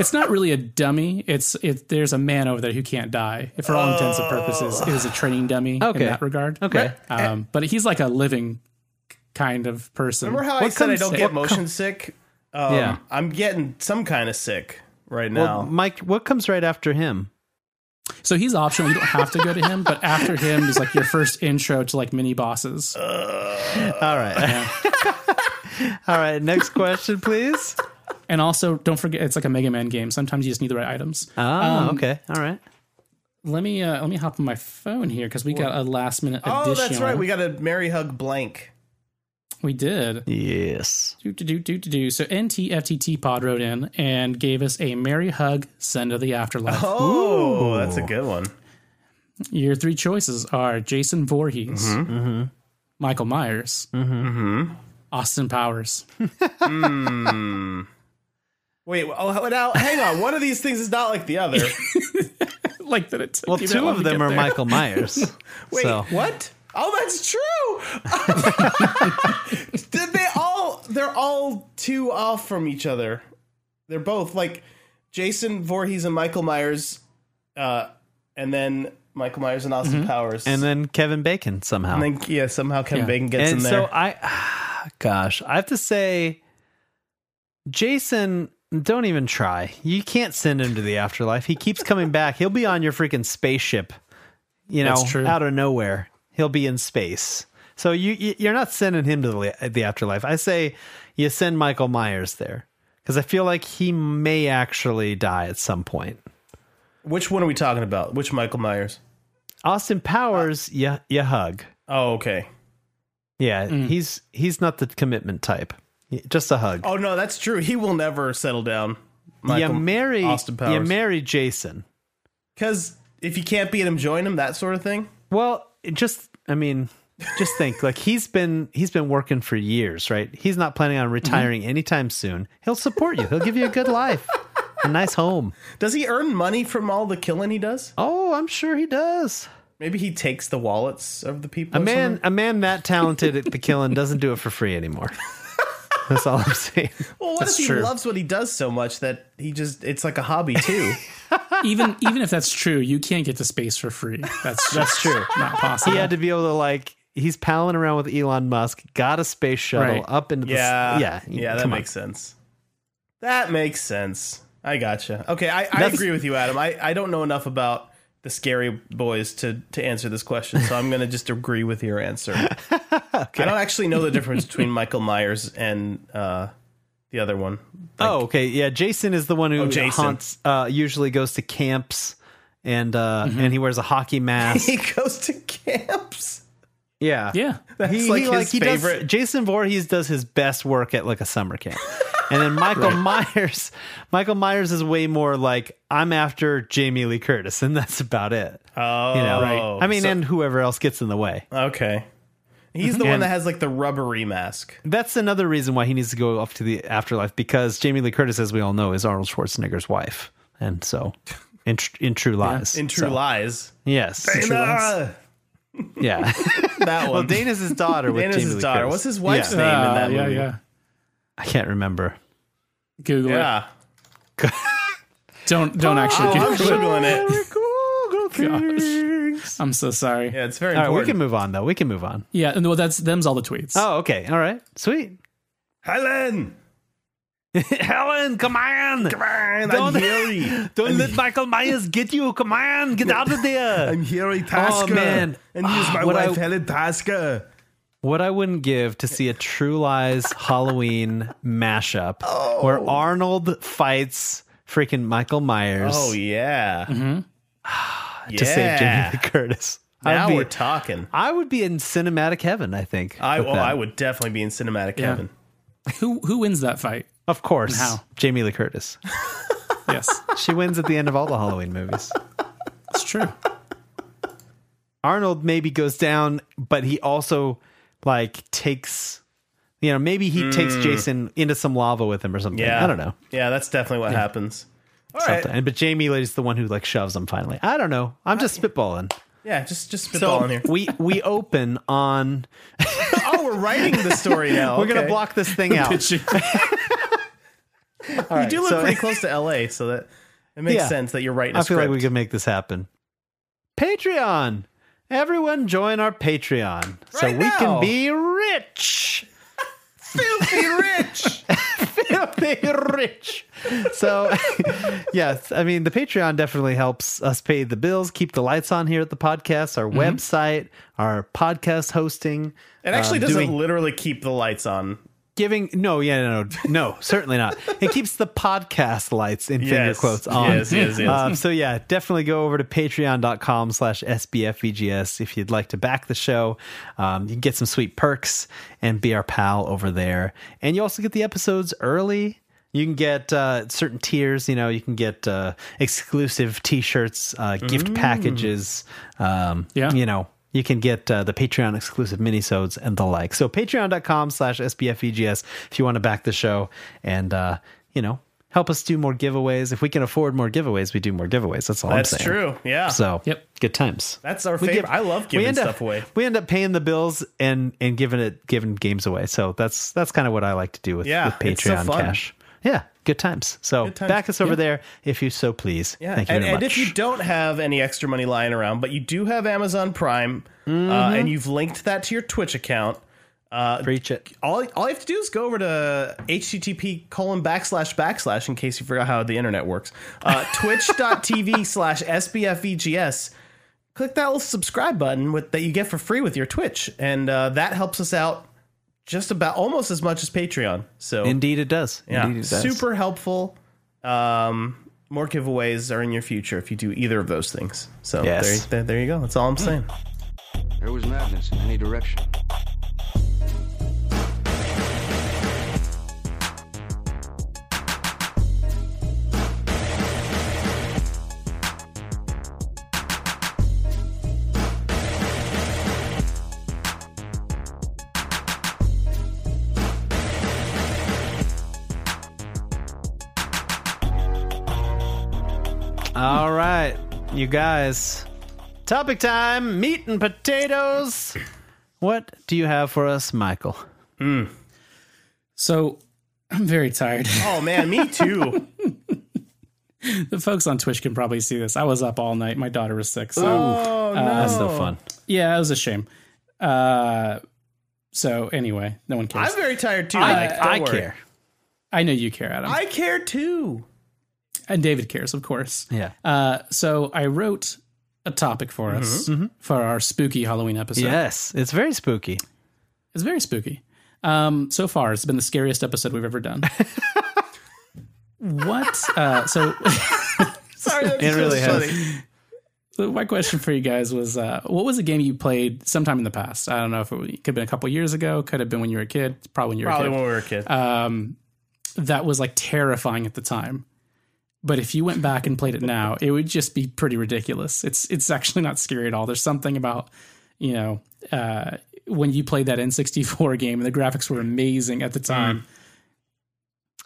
Speaker 3: it's not really a dummy it's it there's a man over there who can't die for all intents
Speaker 2: Oh.
Speaker 3: and purposes it is a training dummy
Speaker 1: Okay.
Speaker 3: in that regard
Speaker 1: Okay.
Speaker 3: um, but he's like a living kind of person
Speaker 2: Remember how I
Speaker 1: What
Speaker 2: said I
Speaker 1: comes-
Speaker 2: don't
Speaker 1: what
Speaker 2: get motion sick? Um,
Speaker 1: Yeah.
Speaker 2: I'm getting some kind of sick right now.
Speaker 1: Well, Mike, what comes right after him?
Speaker 3: So he's optional. You don't have to go to him, but after him is like your first intro to like mini bosses.
Speaker 1: All right. All right. Next question, please.
Speaker 3: And also, don't forget it's like a Mega Man game. Sometimes you just need the right items.
Speaker 2: Um,
Speaker 3: Um,
Speaker 1: Oh, okay. All right.
Speaker 3: Let me uh, let me hop on my phone here because we got a last minute
Speaker 2: oh,
Speaker 3: addition.
Speaker 2: that's right. We got a Mary Hug blank.
Speaker 3: we did.
Speaker 1: Yes.
Speaker 3: Do do do do do do. So NTFTT Pod wrote in and gave us a merry hug. Send to the afterlife.
Speaker 2: Oh, that's a good one.
Speaker 3: Your three choices are Jason Voorhees,
Speaker 1: Mm-hmm.
Speaker 3: Michael Myers, Austin Powers.
Speaker 2: Wait, oh, now hang on. One of these things is not like the other.
Speaker 3: like that. It took
Speaker 1: Well,
Speaker 3: you that
Speaker 1: two
Speaker 3: long
Speaker 1: of
Speaker 3: to
Speaker 1: them
Speaker 3: get
Speaker 1: are
Speaker 3: there.
Speaker 1: Michael Myers.
Speaker 2: Wait,
Speaker 1: so.
Speaker 2: what? Oh, that's true. Did they all? They're all two off from each other. They're both like Jason Voorhees and Michael Myers, uh, and then Michael Myers and Austin Powers,
Speaker 1: Mm-hmm. And then Kevin Bacon somehow.
Speaker 2: I think yeah, somehow Kevin
Speaker 3: Yeah.
Speaker 2: Bacon gets
Speaker 1: and
Speaker 2: in
Speaker 1: so
Speaker 2: there.
Speaker 1: I, gosh, I have to say, Jason, don't even try. You can't send him to the afterlife. He keeps coming back. He'll be on your freaking spaceship. You know,
Speaker 3: That's true.
Speaker 1: out of nowhere, he'll be in space. So you you- you're not sending him to the the afterlife. I say you send Michael Myers there because I feel like he may actually die at some point.
Speaker 2: Which one are we talking about? Which Michael Myers?
Speaker 1: Austin Powers, you you hug.
Speaker 2: Oh, okay.
Speaker 1: Yeah, he's he's not the commitment type. Just a hug.
Speaker 2: Oh no, that's true. He will never settle down.
Speaker 1: you marry
Speaker 2: Austin
Speaker 1: you
Speaker 2: Powers.
Speaker 1: marry Jason.
Speaker 2: Because if you can't beat him, join him. That sort of thing.
Speaker 1: Well, it just I mean, just think like he's been he's been working for years, right? He's not planning on retiring anytime soon. He'll support you. He'll give you a good life, a nice home.
Speaker 2: Does he earn money from all the killing he does?
Speaker 1: Oh, I'm sure he does.
Speaker 2: Maybe he takes the wallets of the people.
Speaker 1: A
Speaker 2: or
Speaker 1: man
Speaker 2: something?
Speaker 1: a man that talented at the killing doesn't do it for free anymore. That's all I'm saying.
Speaker 2: Well, what if he
Speaker 3: true.
Speaker 2: loves what he does so much that he just—it's like a hobby too.
Speaker 3: even even if that's true, you can't get to space for free. That's that's
Speaker 1: true.
Speaker 3: Not possible.
Speaker 1: He had to be able to like he's palling around with Elon Musk, got a space shuttle
Speaker 3: Right.
Speaker 1: up into the
Speaker 2: yeah,
Speaker 1: s- yeah
Speaker 2: yeah. That
Speaker 1: come on.
Speaker 2: makes sense. That makes sense. I gotcha. Okay, I, I
Speaker 1: That's-
Speaker 2: agree with you, Adam. I, I don't know enough about the scary boys to to answer this question, so I'm gonna just agree with your answer. I don't actually know the difference between Michael Myers and uh, the other one.
Speaker 1: oh, okay. Yeah, Jason is the one who
Speaker 2: Oh, Jason.
Speaker 1: haunts. Uh, usually goes to
Speaker 2: Mm-hmm.
Speaker 1: camps, and uh, and he wears a hockey mask.
Speaker 2: He goes to camps.
Speaker 1: Yeah.
Speaker 3: Yeah.
Speaker 1: That's he,
Speaker 2: like
Speaker 1: he,
Speaker 2: his
Speaker 1: like, he does-
Speaker 2: favorite.
Speaker 1: Jason Voorhees does his best work at like a summer camp. and then Michael Myers, Michael Myers is way more like I'm after Jamie Lee Curtis and that's about it.
Speaker 2: Oh,
Speaker 1: You know,
Speaker 2: right.
Speaker 1: I mean,
Speaker 2: So-
Speaker 1: and whoever else gets in the way.
Speaker 2: okay. He's the one
Speaker 1: And-
Speaker 2: that has like the rubbery mask.
Speaker 1: That's another reason why he needs to go off to the afterlife because Jamie Lee Curtis, as we all know, is Arnold Schwarzenegger's wife, and so in, tr- in True Lies,
Speaker 2: In True
Speaker 1: So,
Speaker 2: Lies.
Speaker 1: yes, In True-
Speaker 2: Dana!
Speaker 1: yeah.
Speaker 2: That
Speaker 1: well,
Speaker 2: one.
Speaker 1: Dana's his daughter. With
Speaker 2: Dana's
Speaker 1: Jamie
Speaker 2: his
Speaker 1: Lee
Speaker 2: daughter.
Speaker 1: Curtis.
Speaker 2: What's his wife's
Speaker 1: uh, Yeah.
Speaker 2: name in that
Speaker 3: Uh, yeah,
Speaker 2: movie?
Speaker 3: yeah.
Speaker 1: I can't remember.
Speaker 3: Google it.
Speaker 2: Yeah.
Speaker 3: Don't don't actually.
Speaker 2: Oh, I'm
Speaker 3: Google it.
Speaker 2: googling it.
Speaker 3: I'm so sorry. Yeah.
Speaker 2: Yeah, it's very
Speaker 1: All right, we
Speaker 2: important.
Speaker 1: can move on though. We can move on.
Speaker 3: and well, that's them's all the tweets.
Speaker 1: Oh, okay. All right. Sweet.
Speaker 2: Helen,
Speaker 1: Helen, come on.
Speaker 2: come on,
Speaker 1: Don't-
Speaker 2: I'm Harry.
Speaker 1: Don't let Michael Myers get you. Come on. Get out of there.
Speaker 2: I'm Harry Tasker.
Speaker 1: Oh, man.
Speaker 2: and here's my
Speaker 1: What I-
Speaker 2: wife, Helen Tasker.
Speaker 1: What I wouldn't give to see a True Lies Halloween mashup
Speaker 2: Oh.
Speaker 1: where Arnold fights freaking Michael Myers
Speaker 2: Oh yeah, yeah.
Speaker 1: Mm-hmm. to save Jamie Lee Curtis.
Speaker 2: Now
Speaker 1: I'd be,
Speaker 2: we're talking.
Speaker 1: I would be in cinematic heaven, I think.
Speaker 2: I
Speaker 1: with
Speaker 2: well,
Speaker 1: that.
Speaker 2: I would definitely be in cinematic
Speaker 3: Yeah.
Speaker 2: heaven.
Speaker 3: Who who wins that fight?
Speaker 1: Of course.
Speaker 3: How?
Speaker 1: Jamie Lee Curtis.
Speaker 3: Yes,
Speaker 1: She wins at the end of all the Halloween movies.
Speaker 3: it's true.
Speaker 1: Arnold maybe goes down, but he also like takes you know, maybe he takes Jason into some lava with him or something.
Speaker 2: Hmm. Yeah,
Speaker 1: I don't know.
Speaker 2: Yeah, that's definitely what happens. All right.
Speaker 1: Something. But Jamie Lee is the one who like shoves him finally. I don't know. I'm just spitballing.
Speaker 2: Yeah, just just
Speaker 1: So
Speaker 2: spitballing here.
Speaker 1: we we open on
Speaker 2: Oh, we're writing the story now.
Speaker 1: we're gonna
Speaker 2: Okay.
Speaker 1: block this thing out.
Speaker 3: Pitching.
Speaker 2: You do live
Speaker 1: so-
Speaker 2: pretty close to L.A., so that it makes
Speaker 1: Yeah.
Speaker 2: sense that you're writing. a
Speaker 1: I feel like
Speaker 2: script.
Speaker 1: we could make this happen. Patreon. Everyone join our Patreon so
Speaker 2: Right
Speaker 1: we
Speaker 2: now.
Speaker 1: can be rich.
Speaker 2: filthy rich.
Speaker 1: filthy rich. So, yes, I mean, the Patreon definitely helps us pay the bills, keep the lights on here at the podcast,
Speaker 2: Mm-hmm.
Speaker 1: our website, our podcast hosting.
Speaker 2: It actually
Speaker 1: um,
Speaker 2: doesn't
Speaker 1: doing-
Speaker 2: literally keep the lights on.
Speaker 1: giving. No, yeah, no, no, no, certainly not. It keeps the podcast lights in finger
Speaker 2: Yes.
Speaker 1: quotes on.
Speaker 2: Yes, yes, yes.
Speaker 1: Um, so yeah, definitely go over to patreon.com slash sbfvgs if you'd like to back the show. Um, you can get some sweet perks and be our pal over there. And you also get the episodes early. You can get uh, certain tiers, you know, you can get uh, exclusive t-shirts, uh, gift packages, um,
Speaker 3: Yeah.
Speaker 1: you know, you can get uh, the Patreon exclusive minisodes and the like. So patreon.com slash sbfegs E if you want to back the show and, uh, you know, help us do more giveaways. If we can afford more giveaways, we do more giveaways. That's all
Speaker 2: That's
Speaker 1: I'm saying.
Speaker 2: true. Yeah.
Speaker 1: So
Speaker 3: Yep.
Speaker 1: good times.
Speaker 2: That's our
Speaker 1: We
Speaker 2: favorite.
Speaker 1: give-
Speaker 2: I love
Speaker 1: we
Speaker 2: giving
Speaker 1: end up-
Speaker 2: stuff away.
Speaker 1: We end up paying the bills and and giving it giving games away. So that's that's kind of what I like to do with,
Speaker 2: Yeah,
Speaker 1: with
Speaker 2: it's so
Speaker 1: Patreon
Speaker 2: fun.
Speaker 1: cash. Yeah, good times. So
Speaker 2: times.
Speaker 1: back us over there if you so please.
Speaker 2: Yeah,
Speaker 1: Thank you
Speaker 2: and,
Speaker 1: very
Speaker 2: and
Speaker 1: much.
Speaker 2: if you don't have any extra money lying around, but you do have Amazon Prime, uh,
Speaker 1: Mm-hmm.
Speaker 2: and you've linked that to your Twitch account, uh,
Speaker 1: Preach it.
Speaker 2: all all you have to do is go over to http colon backslash backslash in case you forgot how the internet works. Uh, Twitch.tv slash sbfvgs. E Click that little subscribe button with, that you get for free with your Twitch, and uh, that helps us out just about almost as much as Patreon. So
Speaker 1: Indeed, it does.
Speaker 2: yeah,
Speaker 1: Indeed, it does.
Speaker 2: super helpful. Um, more giveaways are in your future if you do either of those things. So
Speaker 1: Yes.
Speaker 2: there, there, there you go. That's all I'm saying.
Speaker 5: There was madness in any direction.
Speaker 1: All right, you guys. Topic time: meat and potatoes. What do you have for us, Michael?
Speaker 3: So I'm very tired.
Speaker 2: Oh man, me too.
Speaker 3: the folks on Twitch can probably see this. I was up all night. My daughter was sick. So
Speaker 2: oh no,
Speaker 1: That's no fun.
Speaker 3: yeah, it was a shame. Uh, so anyway, no one cares.
Speaker 2: I'm very tired too.
Speaker 1: I,
Speaker 2: Mike. Don't
Speaker 1: I
Speaker 2: worry.
Speaker 1: care.
Speaker 3: i know you care, Adam,
Speaker 2: I care too.
Speaker 3: and David cares, of course.
Speaker 1: Yeah.
Speaker 3: Uh, so I wrote a topic for
Speaker 2: Mm-hmm.
Speaker 3: us for our spooky Halloween episode.
Speaker 1: yes, it's very spooky.
Speaker 3: It's very spooky. Um, so far, it's been the scariest episode we've ever done. what? Uh, so
Speaker 2: Sorry, that's
Speaker 1: It really
Speaker 2: just
Speaker 1: has.
Speaker 2: funny.
Speaker 3: So my question for you guys was, uh, what was a game you played sometime in the past? I don't know if it could have been a couple years ago, could have been when you were a kid, probably when you were
Speaker 2: Probably
Speaker 3: a kid.
Speaker 2: when we were a kid.
Speaker 1: Uh,
Speaker 3: that was like terrifying at the time. But if you went back and played it now, it would just be pretty ridiculous. It's it's actually not scary at all. There's something about you know uh, when you played that N64 game and the graphics were amazing at the time.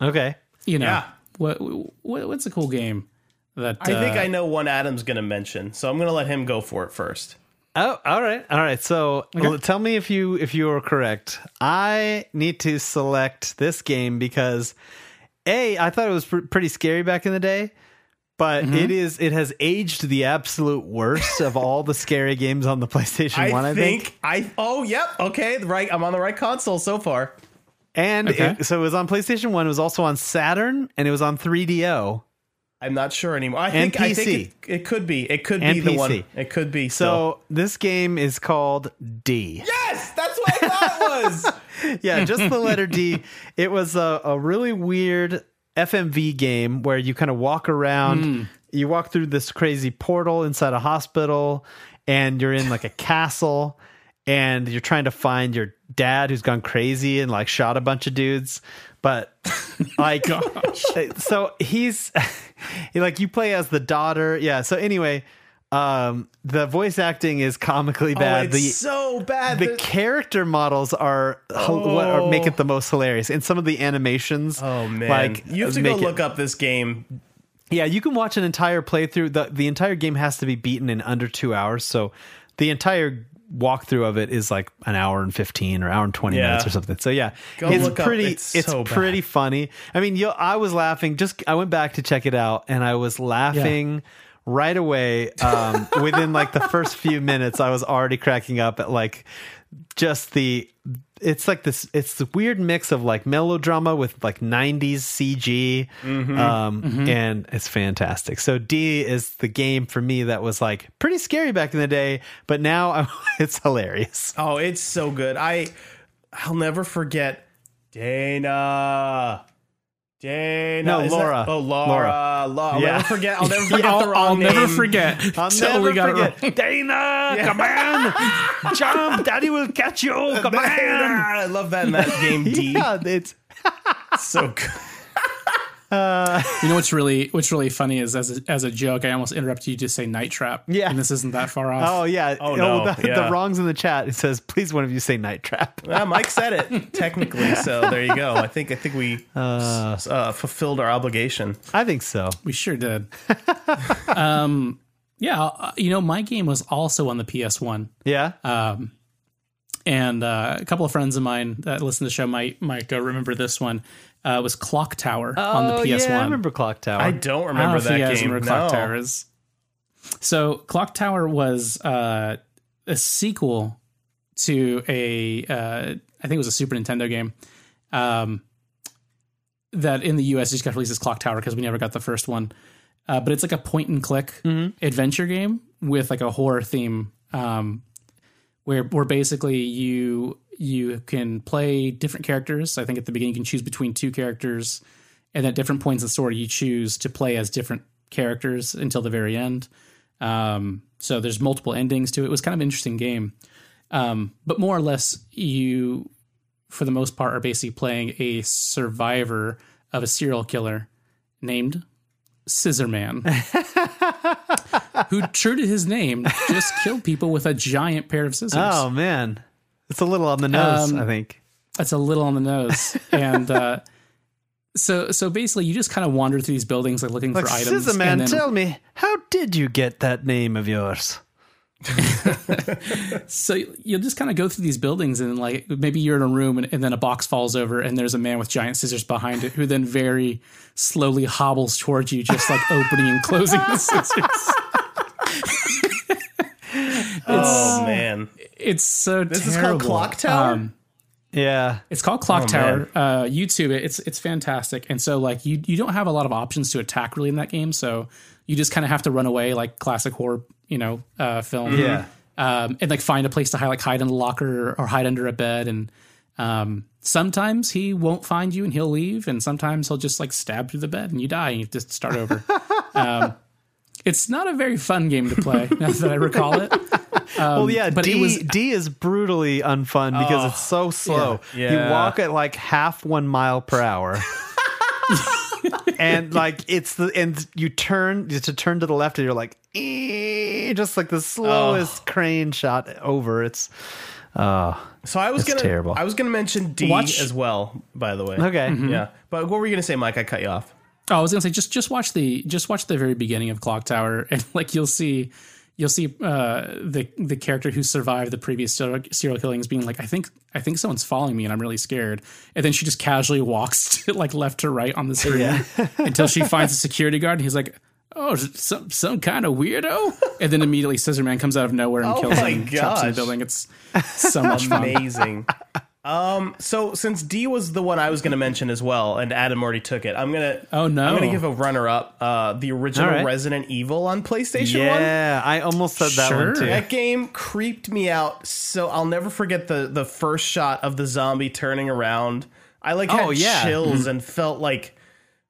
Speaker 1: Okay.
Speaker 3: You know
Speaker 2: Yeah.
Speaker 3: what, what what's a cool game that
Speaker 2: I think
Speaker 3: uh,
Speaker 2: I know one Adam's going to mention, so I'm going to let him go for it first.
Speaker 1: Oh, all right, all right. So l- tell me if you if you are correct. I need to select this game because a I thought it was pr- pretty scary back in the day, but
Speaker 2: Mm-hmm.
Speaker 1: it is it has aged the absolute worst of all the scary games on the PlayStation
Speaker 2: I,
Speaker 1: One. I
Speaker 2: think, I. Oh, yep. Okay, the right. I'm on the right console so far.
Speaker 1: and
Speaker 3: Okay.
Speaker 1: it, so it was on PlayStation One. It was also on Saturn, and it was on 3DO.
Speaker 2: I'm not sure anymore. I
Speaker 1: And
Speaker 2: think. I
Speaker 1: PC.
Speaker 2: think it, it could be. It could
Speaker 1: And
Speaker 2: be the
Speaker 1: PC.
Speaker 2: one. It could be.
Speaker 1: So
Speaker 2: still.
Speaker 1: this game is called D.
Speaker 2: yes, that's what I thought it was.
Speaker 1: yeah, just the letter D. It was a, a really weird FMV game where you kind of walk around,
Speaker 2: Hmm.
Speaker 1: you walk through this crazy portal inside a hospital, and you're in like a castle, and you're trying to find your dad who's gone crazy and like shot a bunch of dudes. But like,
Speaker 2: Oh
Speaker 1: so he's like, you play as the daughter. Yeah. So anyway, um, the voice acting is comically
Speaker 2: Oh,
Speaker 1: bad.
Speaker 2: it's
Speaker 1: the
Speaker 2: so bad.
Speaker 1: the
Speaker 2: that-
Speaker 1: character models are hel- what are, make it the most hilarious, and some of the animations.
Speaker 2: oh man,
Speaker 1: like
Speaker 2: you have to go
Speaker 1: make it-
Speaker 2: look up this game.
Speaker 1: Yeah, you can watch an entire playthrough. the The entire game has to be beaten in under two hours, so the entire walkthrough of it is like an hour and fifteen or hour and twenty
Speaker 2: Yeah.
Speaker 1: minutes or something. So yeah,
Speaker 2: Go
Speaker 1: it's
Speaker 2: look up.
Speaker 1: pretty.
Speaker 2: It's so bad.
Speaker 1: pretty funny. I mean, yo, I was laughing. Just I went back to check it out, and I was laughing. Right away, um, within like the first few minutes, I was already cracking up at like just the it's like this it's the weird mix of like melodrama with like 90s cg
Speaker 2: Mm-hmm.
Speaker 1: um and it's fantastic so d is the game for me that was like pretty scary back in the day but now I'm, it's hilarious
Speaker 2: Oh, it's so good. I I'll never forget Dana. Dana.
Speaker 1: No,
Speaker 2: is
Speaker 1: Laura.
Speaker 2: That, oh,
Speaker 1: Laura.
Speaker 2: Laura. Laura. I'll
Speaker 1: Yeah.
Speaker 2: never forget. I'll never forget
Speaker 3: I'll,
Speaker 2: the wrong
Speaker 3: I'll
Speaker 2: name.
Speaker 3: never forget.
Speaker 1: I'll
Speaker 3: till
Speaker 1: never
Speaker 3: we got it
Speaker 1: forget.
Speaker 3: wrong.
Speaker 1: Dana, come on, jump! Daddy will catch you. Come on.
Speaker 2: I love that in that game D.
Speaker 1: Yeah, it's
Speaker 2: So good.
Speaker 3: You know what's really what's really funny is as a, as a joke, I almost interrupt you to say Night Trap.
Speaker 1: Yeah.
Speaker 3: and this isn't that far off.
Speaker 1: oh yeah.
Speaker 2: Oh, no.
Speaker 1: the, the
Speaker 2: Yeah.
Speaker 1: wrongs in the chat. It says, please, one of you say night trap.
Speaker 2: Ah, Mike said it technically, so there you go. I think I think we s- uh, fulfilled our obligation.
Speaker 1: I think so.
Speaker 3: We sure did. um, yeah, uh, you know, my game was also on the PS1,
Speaker 1: Yeah.
Speaker 3: Uh, and uh, a couple of friends of mine that listen to the show might might uh, remember this one. Uh, was Clock Tower on the PS1?
Speaker 1: Oh, Yeah, I remember Clock Tower.
Speaker 2: I don't
Speaker 3: I don't
Speaker 2: remember
Speaker 3: know
Speaker 2: that
Speaker 3: if you guys
Speaker 2: game.
Speaker 3: remember Ah, Clock
Speaker 2: no.
Speaker 3: Tower is. So Clock Tower was uh, a sequel to a uh, I think it was a Super Nintendo game um, that in the US just got released as Clock Tower because we never got the first one. Uh, but it's like a point and click
Speaker 2: Mm-hmm.
Speaker 3: adventure game with like a horror theme um, where where basically you you can play different characters. I think at the beginning you can choose between two characters, and at different points in the story you choose to play as different characters until the very end. Um, so there's multiple endings to it. It was kind of an interesting game, um, but more or less you, for the most part, are basically playing a survivor of a serial killer named Scissorman who true to his name just killed people with a giant pair of scissors.
Speaker 1: Oh man, it's a little on the nose.
Speaker 3: Um,
Speaker 1: I think.
Speaker 3: That's a little on the nose. And uh, so so basically you just kind of wander through these buildings like looking
Speaker 1: Like
Speaker 3: for items.
Speaker 1: Scissor Man,
Speaker 3: and then-
Speaker 1: tell me, how did you get that name of yours?
Speaker 3: so you'll just kind of go through these buildings and like maybe you're in a room and, and then a box falls over and there's a man with giant scissors behind it who then very slowly hobbles towards you just like opening and closing the scissors.
Speaker 2: Oh man,
Speaker 3: It's so
Speaker 2: this is
Speaker 3: terrible.
Speaker 2: called Clock Tower.
Speaker 1: Yeah,
Speaker 3: It's called Clock
Speaker 2: Oh,
Speaker 3: Tower. Uh, YouTube it. It's it's fantastic. And so like you you don't have a lot of options to attack really in that game. So you just kind of have to run away like classic horror you know uh, film.
Speaker 1: Yeah.
Speaker 3: Um, and like find a place to hide like hide in a locker or, or hide under a bed and um, sometimes he won't find you and he'll leave and sometimes he'll just like stab through the bed and you die and you have to start over. um, It's not a very fun game to play. now that I recall it,
Speaker 1: well, Oh, yeah,
Speaker 3: but it
Speaker 1: D
Speaker 3: was-
Speaker 1: D is brutally unfun because it's so slow.
Speaker 2: Yeah.
Speaker 1: You walk at like half one mile per hour. and like it's the and you turn you to turn to the left and you're like "Eh," just like the slowest crane shot over. It's uh
Speaker 2: So I was
Speaker 1: That's
Speaker 2: gonna
Speaker 1: terrible. Mm-hmm.
Speaker 2: I was gonna mention D
Speaker 3: Watch-
Speaker 2: as well. By the way,
Speaker 1: okay.
Speaker 2: yeah. But what were you gonna say, Mike? I cut you off.
Speaker 3: Oh, I was gonna say just just watch the just watch the very beginning of Clock Tower, and like you'll see you'll see uh, the the character who survived the previous serial, serial killings being like, I think I think someone's following me, and I'm really scared. And then she just casually walks to, like left to right on the screen until she finds a security guard. And he's like. Oh, is it some some kind of weirdo, and then immediately Scissor Man comes out of nowhere and
Speaker 2: Oh
Speaker 3: kills
Speaker 2: my
Speaker 3: him, and traps him in
Speaker 2: gosh.
Speaker 3: the building. It's so much fun.
Speaker 2: Amazing. um. So since D was the one I was gonna mention as well, and Adam already took it, I'm gonna.
Speaker 3: Oh, no.
Speaker 2: I'm gonna give a runner up. Uh, the original
Speaker 1: All right.
Speaker 2: Resident Evil on PlayStation One.
Speaker 1: Yeah, I almost said that
Speaker 3: Sure.
Speaker 1: one too.
Speaker 2: That game creeped me out, so I'll never forget the the first shot of the zombie turning around. I like had
Speaker 1: Oh, yeah.
Speaker 2: chills and felt like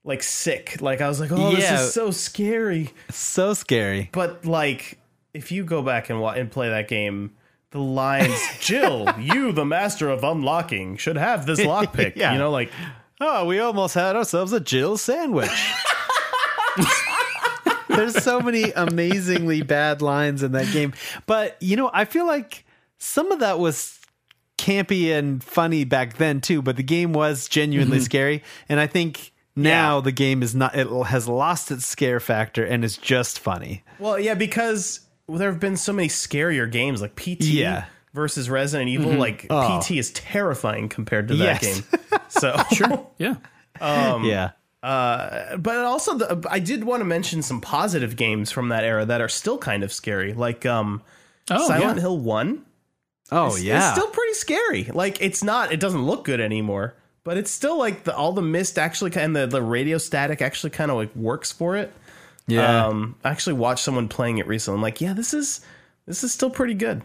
Speaker 2: like sick. Like I was like, oh,
Speaker 1: Yeah.
Speaker 2: this is so scary.
Speaker 1: so scary.
Speaker 2: But like, if you go back and wa- and play that game, the lines, Jill, you, the master of unlocking, should have this lockpick.
Speaker 1: Yeah.
Speaker 2: You know, like
Speaker 1: Oh, we almost had ourselves a Jill sandwich. There's so many amazingly bad lines in that game. But, you know, I feel like some of that was campy and funny back then too, but the game was genuinely scary. And I think now the game is not, it has lost its scare factor and is just funny.
Speaker 2: Well, yeah, because there have been so many scarier games like PT
Speaker 1: Yeah.
Speaker 2: versus Resident Evil. Like
Speaker 1: Oh.
Speaker 2: PT is terrifying compared to that
Speaker 1: Yes.
Speaker 2: game. So sure,
Speaker 3: Yeah,
Speaker 1: yeah.
Speaker 2: but also the, I did want to mention some positive games from that era that are still kind of scary, like um,
Speaker 3: oh
Speaker 2: Silent
Speaker 3: yeah.
Speaker 2: Hill One.
Speaker 1: Oh, yeah.
Speaker 2: It's still pretty scary. Like it's not. It doesn't look good anymore. But it's still like the, all the mist actually and the, the radio static actually kind of like works for it.
Speaker 1: yeah.
Speaker 2: Um, I actually watched someone playing it recently. I'm like, yeah, this is this is still pretty good.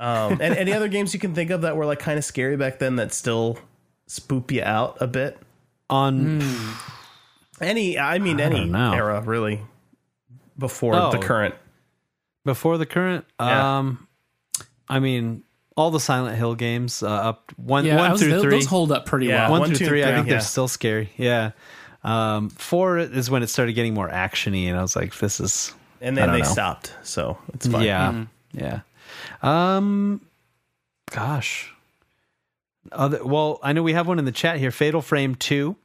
Speaker 2: Um, and any other games you can think of that were like kind of scary back then that still spoop you out a bit?
Speaker 1: On,
Speaker 2: Any, I mean, any
Speaker 1: don't know.
Speaker 2: era really before
Speaker 1: Oh.
Speaker 2: the current.
Speaker 1: before the current,
Speaker 2: Yeah.
Speaker 1: um, I mean, all the Silent Hill games uh, up one,
Speaker 3: Yeah, I
Speaker 1: one
Speaker 3: was-
Speaker 1: through
Speaker 3: those,
Speaker 1: three.
Speaker 3: those hold up pretty
Speaker 2: Yeah.
Speaker 3: well.
Speaker 1: one,
Speaker 2: One,
Speaker 1: through
Speaker 2: two,
Speaker 1: three, I
Speaker 2: three,
Speaker 1: think
Speaker 2: yeah.
Speaker 1: they're still scary. Yeah. Um, four is when it started getting more actiony, and I was like, this is
Speaker 2: And
Speaker 1: I
Speaker 2: then
Speaker 1: don't
Speaker 2: they
Speaker 1: know.
Speaker 2: stopped, so it's fine.
Speaker 1: yeah,
Speaker 2: Mm-hmm.
Speaker 1: yeah. Um, gosh. Other, well, I know we have one in the chat here. Fatal Frame Two.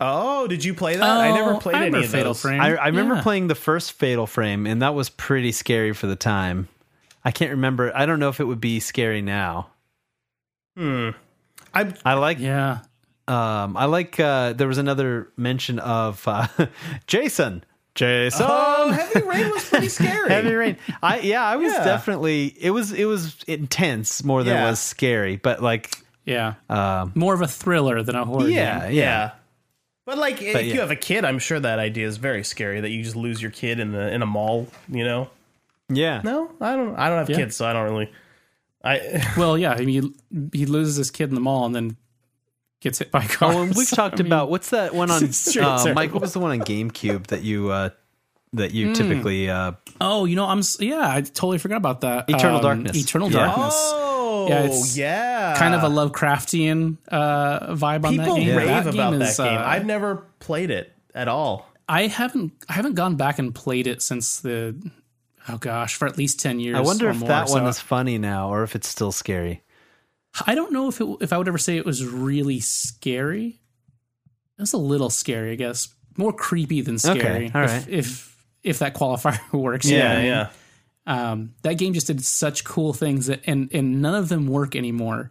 Speaker 2: Oh, did you play that? I never
Speaker 3: Oh,
Speaker 2: played
Speaker 3: I
Speaker 2: any
Speaker 3: remember
Speaker 2: of
Speaker 3: Fatal
Speaker 2: those.
Speaker 3: Frame.
Speaker 1: I, I remember
Speaker 3: Mm-hmm. Yeah.
Speaker 1: playing the first Fatal Frame, and that was pretty scary for the time. I can't remember. I don't know if it would be scary now.
Speaker 2: I
Speaker 1: I like.
Speaker 3: Yeah.
Speaker 1: Um, I like. Uh, there was another mention of uh, Jason. Jason.
Speaker 2: oh, Heavy Rain was pretty scary.
Speaker 1: Heavy rain. I yeah, I was
Speaker 2: Yeah.
Speaker 1: definitely it was it was intense more than
Speaker 2: Yeah.
Speaker 1: it was scary, but like
Speaker 3: Yeah.
Speaker 1: um
Speaker 3: More of a thriller than a horror
Speaker 1: yeah, yeah.
Speaker 3: game.
Speaker 2: Yeah. But like, if
Speaker 1: But yeah.
Speaker 2: you have a kid, I'm sure that idea is very scary. That you just lose your kid in the in a mall, you know?
Speaker 1: Yeah.
Speaker 2: No, I don't. I don't have kids, so I don't really. I
Speaker 3: Well, yeah. I mean, he, he loses his kid in the mall and then gets hit by cars.
Speaker 1: Oh, and we've talked
Speaker 3: I mean,
Speaker 1: about what's that one on
Speaker 3: It's true,
Speaker 1: uh,
Speaker 3: terrible.
Speaker 1: Mike, what was the one on GameCube that you uh that you typically uh
Speaker 3: Oh, you know, I'm. s- Yeah, I totally forgot about that. Um,
Speaker 1: Eternal Darkness.
Speaker 3: Eternal
Speaker 1: Yeah.
Speaker 3: Darkness.
Speaker 2: oh
Speaker 3: Yeah, it's
Speaker 2: yeah,
Speaker 3: Kind of a Lovecraftian uh, vibe on
Speaker 2: people
Speaker 3: that game.
Speaker 2: rave
Speaker 3: game
Speaker 2: about
Speaker 3: is,
Speaker 2: that game.
Speaker 3: uh,
Speaker 2: I've never played it at all.
Speaker 3: I haven't. I haven't gone back and played it since the. Oh gosh, for at least ten years.
Speaker 1: I wonder
Speaker 3: or
Speaker 1: if
Speaker 3: more,
Speaker 1: that one
Speaker 3: so-
Speaker 1: is funny now or if it's still scary.
Speaker 3: I don't know if it, if I would ever say it was really scary. It was a little scary, I guess. More creepy than scary.
Speaker 1: all right.
Speaker 3: If, if if that qualifier works. you know what I
Speaker 2: Yeah,
Speaker 3: mean?
Speaker 2: yeah.
Speaker 3: Um, that game just did such cool things that, and and none of them work anymore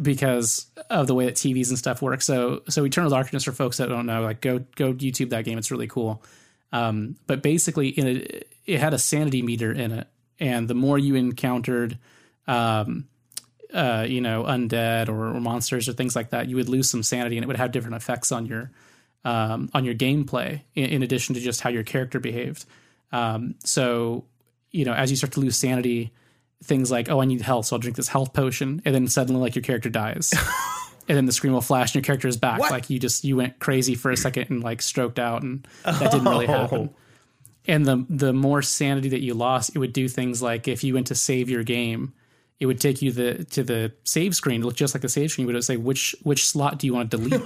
Speaker 3: because of the way that TVs and stuff work. So so Eternal Darkness for folks that don't know, like go go YouTube that game. It's really cool. Um, but basically, in a, it had a sanity meter in it, and the more you encountered, um, uh, you know, undead or, or monsters or things like that, you would lose some sanity, and it would have different effects on your um, on your gameplay in, in addition to just how your character behaved. Um, so you know, as you start to lose sanity, things like, oh, I need health, so I'll drink this health potion, and then suddenly like your character dies. and then the screen will flash and your character is back. Like you just you went crazy for a second and like stroked out and that didn't really happen. and the the more sanity that you lost, it would do things like if you went to save your game, it would take you the to the save screen, look just like the save screen, but it would say which which slot do you want to delete, and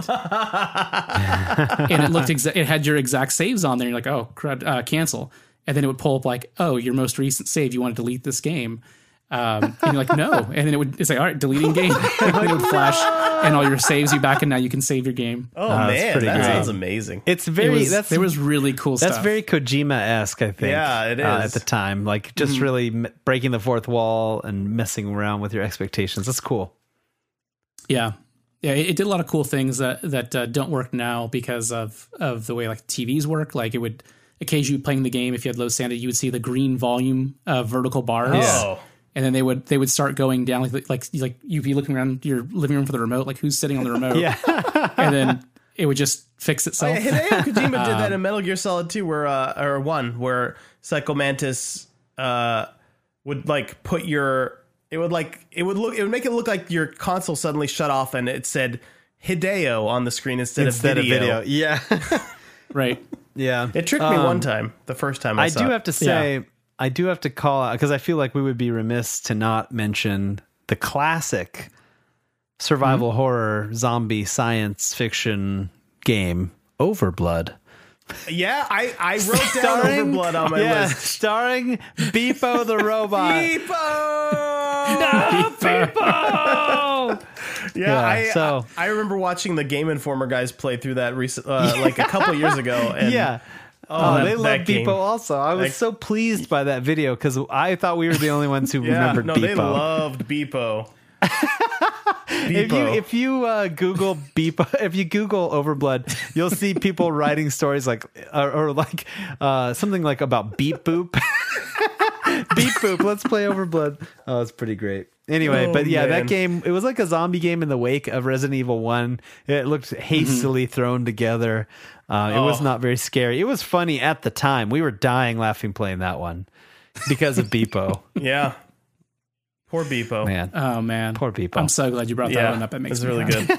Speaker 3: it looked exa- it had your exact saves on there. And you're like, oh, crud, uh, cancel, and then it would pull up like, oh, your most recent save, you want to delete this game. Um, and you're like, no. And then it would, it's like, all right, deleting game. and then it would flash and all your saves you back, and now you can save your game.
Speaker 2: Oh
Speaker 1: that's
Speaker 2: man,
Speaker 1: pretty
Speaker 2: that
Speaker 1: great.
Speaker 2: sounds amazing.
Speaker 1: It's
Speaker 3: It
Speaker 1: very
Speaker 3: was,
Speaker 1: that's
Speaker 3: there was really cool
Speaker 1: that's
Speaker 3: stuff.
Speaker 1: very Kojima esque. I think.
Speaker 2: Yeah, it
Speaker 1: uh, at
Speaker 2: is. Mm-hmm.
Speaker 1: the time, like just really m- breaking the fourth wall and messing around with your expectations. That's cool.
Speaker 3: Yeah. Yeah, it, it did a lot of cool things that that uh, don't work now because of of the way like TVs work. Like it would occasionally playing the game if you had low sanity, you would see the green volume uh, vertical bars.
Speaker 2: Yeah.
Speaker 3: And then they would they would start going down like like like you'd be looking around your living room for the remote, like who's sitting on the remote.
Speaker 1: Yeah.
Speaker 3: And then it would just fix itself.
Speaker 2: Oh, Yeah, Hideo
Speaker 1: Um,
Speaker 2: Kojima did that in Metal Gear Solid 2 where uh, or 1 where Psycho Mantis uh, would like put your it would like it would look it would make it look like your console suddenly shut off and it said Hideo on the screen instead,
Speaker 1: Instead
Speaker 2: of, video.
Speaker 1: of video. Yeah.
Speaker 3: right.
Speaker 1: yeah.
Speaker 2: It tricked me one time, the first time I,
Speaker 1: I
Speaker 2: saw
Speaker 1: do
Speaker 2: it.
Speaker 1: have to say, I do have to call out because I feel like we would be remiss to not mention the classic survival
Speaker 2: Mm-hmm.
Speaker 1: horror zombie science fiction game, Overblood.
Speaker 2: Yeah, I, I wrote down Overblood on my
Speaker 1: yeah,
Speaker 2: list.
Speaker 1: starring Beepo the robot.
Speaker 2: Ah, Yeah,
Speaker 1: Yeah,
Speaker 2: I,
Speaker 1: so-
Speaker 2: I remember watching the Game Informer guys play through that recent, uh, like a couple years ago. And
Speaker 1: Yeah.
Speaker 2: Oh,
Speaker 1: Oh,
Speaker 2: that-
Speaker 1: they love
Speaker 2: that game.
Speaker 1: Beepo also. I was
Speaker 2: Like-
Speaker 1: so pleased by that video because I thought we were the only ones who
Speaker 2: Yeah,
Speaker 1: remembered
Speaker 2: no,
Speaker 1: Beepo.
Speaker 2: they loved Beepo.
Speaker 1: if you
Speaker 2: Beepo.
Speaker 1: if you uh, Google beep if you Google Overblood, you'll see people writing stories like or, or like uh, something like about beep boop, beep boop. Let's play Overblood. Oh, it's pretty great. Anyway,
Speaker 2: Oh,
Speaker 1: but yeah,
Speaker 2: man.
Speaker 1: that game it was like a zombie game in the wake of Resident Evil One. It looked hastily thrown together. Uh, It was
Speaker 2: Mm-hmm. Oh.
Speaker 1: not very scary. It was funny at the time. We were dying laughing playing that one because of Beepo.
Speaker 2: Yeah. Poor Beepo.
Speaker 1: Man,
Speaker 3: Oh man.
Speaker 1: poor Beepo.
Speaker 3: I'm so glad you brought that
Speaker 2: Yeah,
Speaker 3: one up. That makes
Speaker 2: it's
Speaker 3: me
Speaker 2: really
Speaker 3: happy.
Speaker 2: good.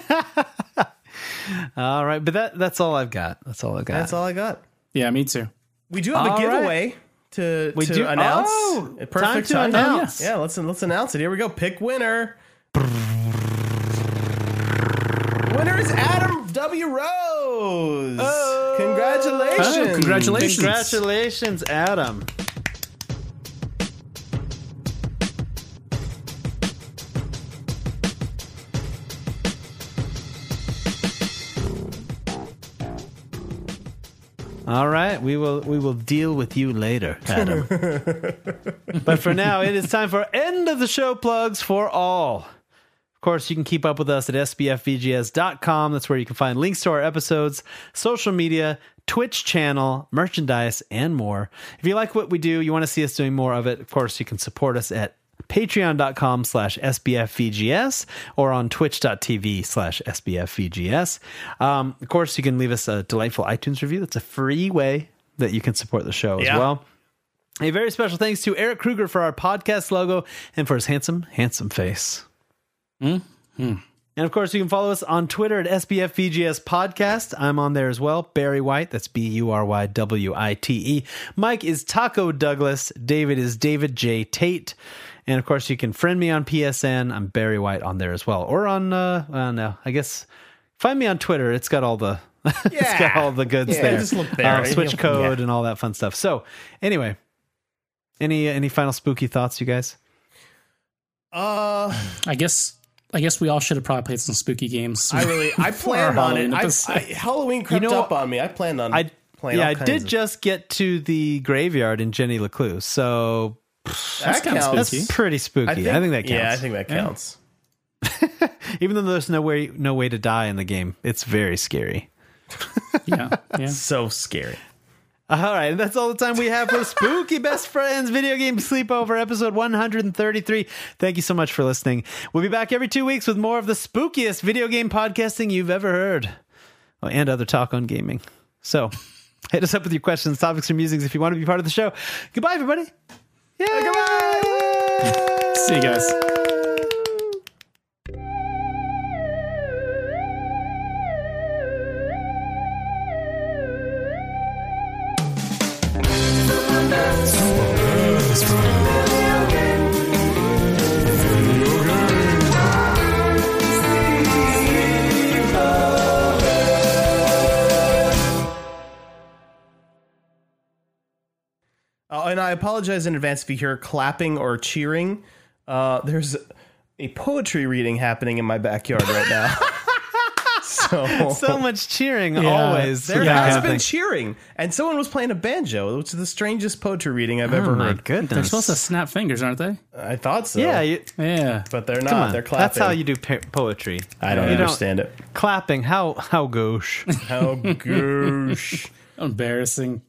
Speaker 1: all right, but that that's all I've got. That's all I've got.
Speaker 2: That's all I got.
Speaker 3: Yeah, me too.
Speaker 2: We do have
Speaker 1: All right.
Speaker 2: a giveaway to,
Speaker 1: We
Speaker 2: to
Speaker 1: do-
Speaker 2: announce.
Speaker 1: Oh,
Speaker 2: A
Speaker 1: time to announce.
Speaker 2: Yeah, let's let's announce it. Here we go. Pick winner. Winner is Adam W. Rose. Congratulations.
Speaker 3: Oh, congratulations.
Speaker 1: Congratulations, Adam. All right, we will we will deal with you later, Adam. but for now, it is time for end of the show plugs for all. Of course, you can keep up with us at sbfvgs.com. That's where you can find links to our episodes, social media, Twitch channel, merchandise, and more. If you like what we do, you want to see us doing more of it, of course, you can support us at patreon.com slash sbfvgs or on twitch.tv slash sbfvgs. Um, of course, you can leave us a delightful iTunes review. That's a free way that you can support the show as
Speaker 2: Yeah.
Speaker 1: well. A very special thanks to Eric Kruger for our podcast logo and for his handsome, handsome face. And of course, you can follow us on Twitter at SBFVGS Podcast. I'm on there as well. Barry White, that's B U R Y W I T E. Mike is Taco Douglas. David is David J. Tate. And of course, you can friend me on PSN. I'm Barry White on there as well. Or on, uh, I don't know, I guess find me on Twitter. It's got all the. it's got
Speaker 2: Yeah.
Speaker 1: all the goods
Speaker 2: Yeah,
Speaker 1: there.
Speaker 2: just look there.
Speaker 1: Uh, switch
Speaker 2: You'll-
Speaker 1: code
Speaker 2: yeah.
Speaker 1: and all that fun stuff. So, anyway, any any final spooky thoughts, you guys?
Speaker 2: Uh,
Speaker 3: I guess I guess we all should have probably played some spooky games.
Speaker 2: I really I planned on it.
Speaker 3: Halloween
Speaker 2: I,
Speaker 3: episode.
Speaker 2: I, Halloween crept
Speaker 1: know,
Speaker 2: up on me. I planned on
Speaker 1: I
Speaker 2: playing.
Speaker 1: yeah,
Speaker 2: all
Speaker 1: I
Speaker 2: kinds
Speaker 1: did
Speaker 2: of-
Speaker 1: just get to the graveyard in Jenny LeClue, so
Speaker 2: that
Speaker 3: kinda
Speaker 2: counts.
Speaker 3: spooky.
Speaker 1: that's pretty spooky. I think, that counts.
Speaker 2: Yeah, I think that counts.
Speaker 1: Even though there's no way no way to die in the game, it's very scary.
Speaker 3: yeah, yeah.
Speaker 2: So scary.
Speaker 1: All right, and that's all the time we have for Spooky Best Friends Video Game Sleepover episode 133. Thank you so much for listening. We'll be back every two weeks with more of the spookiest video game podcasting you've ever heard, oh, and other talk on gaming. So, hit us up with your questions, topics, or musings if you want to be part of the show. Goodbye, everybody. Yeah, goodbye.
Speaker 3: See you guys.
Speaker 6: Super
Speaker 2: Uh, and I apologize in advance if you hear clapping or cheering. Uh, there's a poetry reading happening in my backyard right now. so,
Speaker 1: So much cheering
Speaker 3: Oh. Yeah.
Speaker 1: always.
Speaker 2: there
Speaker 1: for that
Speaker 2: has
Speaker 1: kind of
Speaker 2: been
Speaker 1: thing.
Speaker 2: cheering, and someone was playing a banjo, which is the strangest poetry reading I've
Speaker 1: Oh
Speaker 2: ever
Speaker 1: my
Speaker 2: heard.
Speaker 1: goodness.
Speaker 3: They're supposed to snap fingers, aren't they?
Speaker 2: I thought so.
Speaker 1: yeah, you,
Speaker 3: Yeah.
Speaker 2: but they're
Speaker 3: Oh,
Speaker 1: come
Speaker 2: not.
Speaker 1: on.
Speaker 2: They're clapping.
Speaker 1: That's how you do po- poetry.
Speaker 2: I don't
Speaker 1: You
Speaker 2: understand it.
Speaker 1: Clapping. How how gauche.
Speaker 2: How goosh.
Speaker 3: Embarrassing.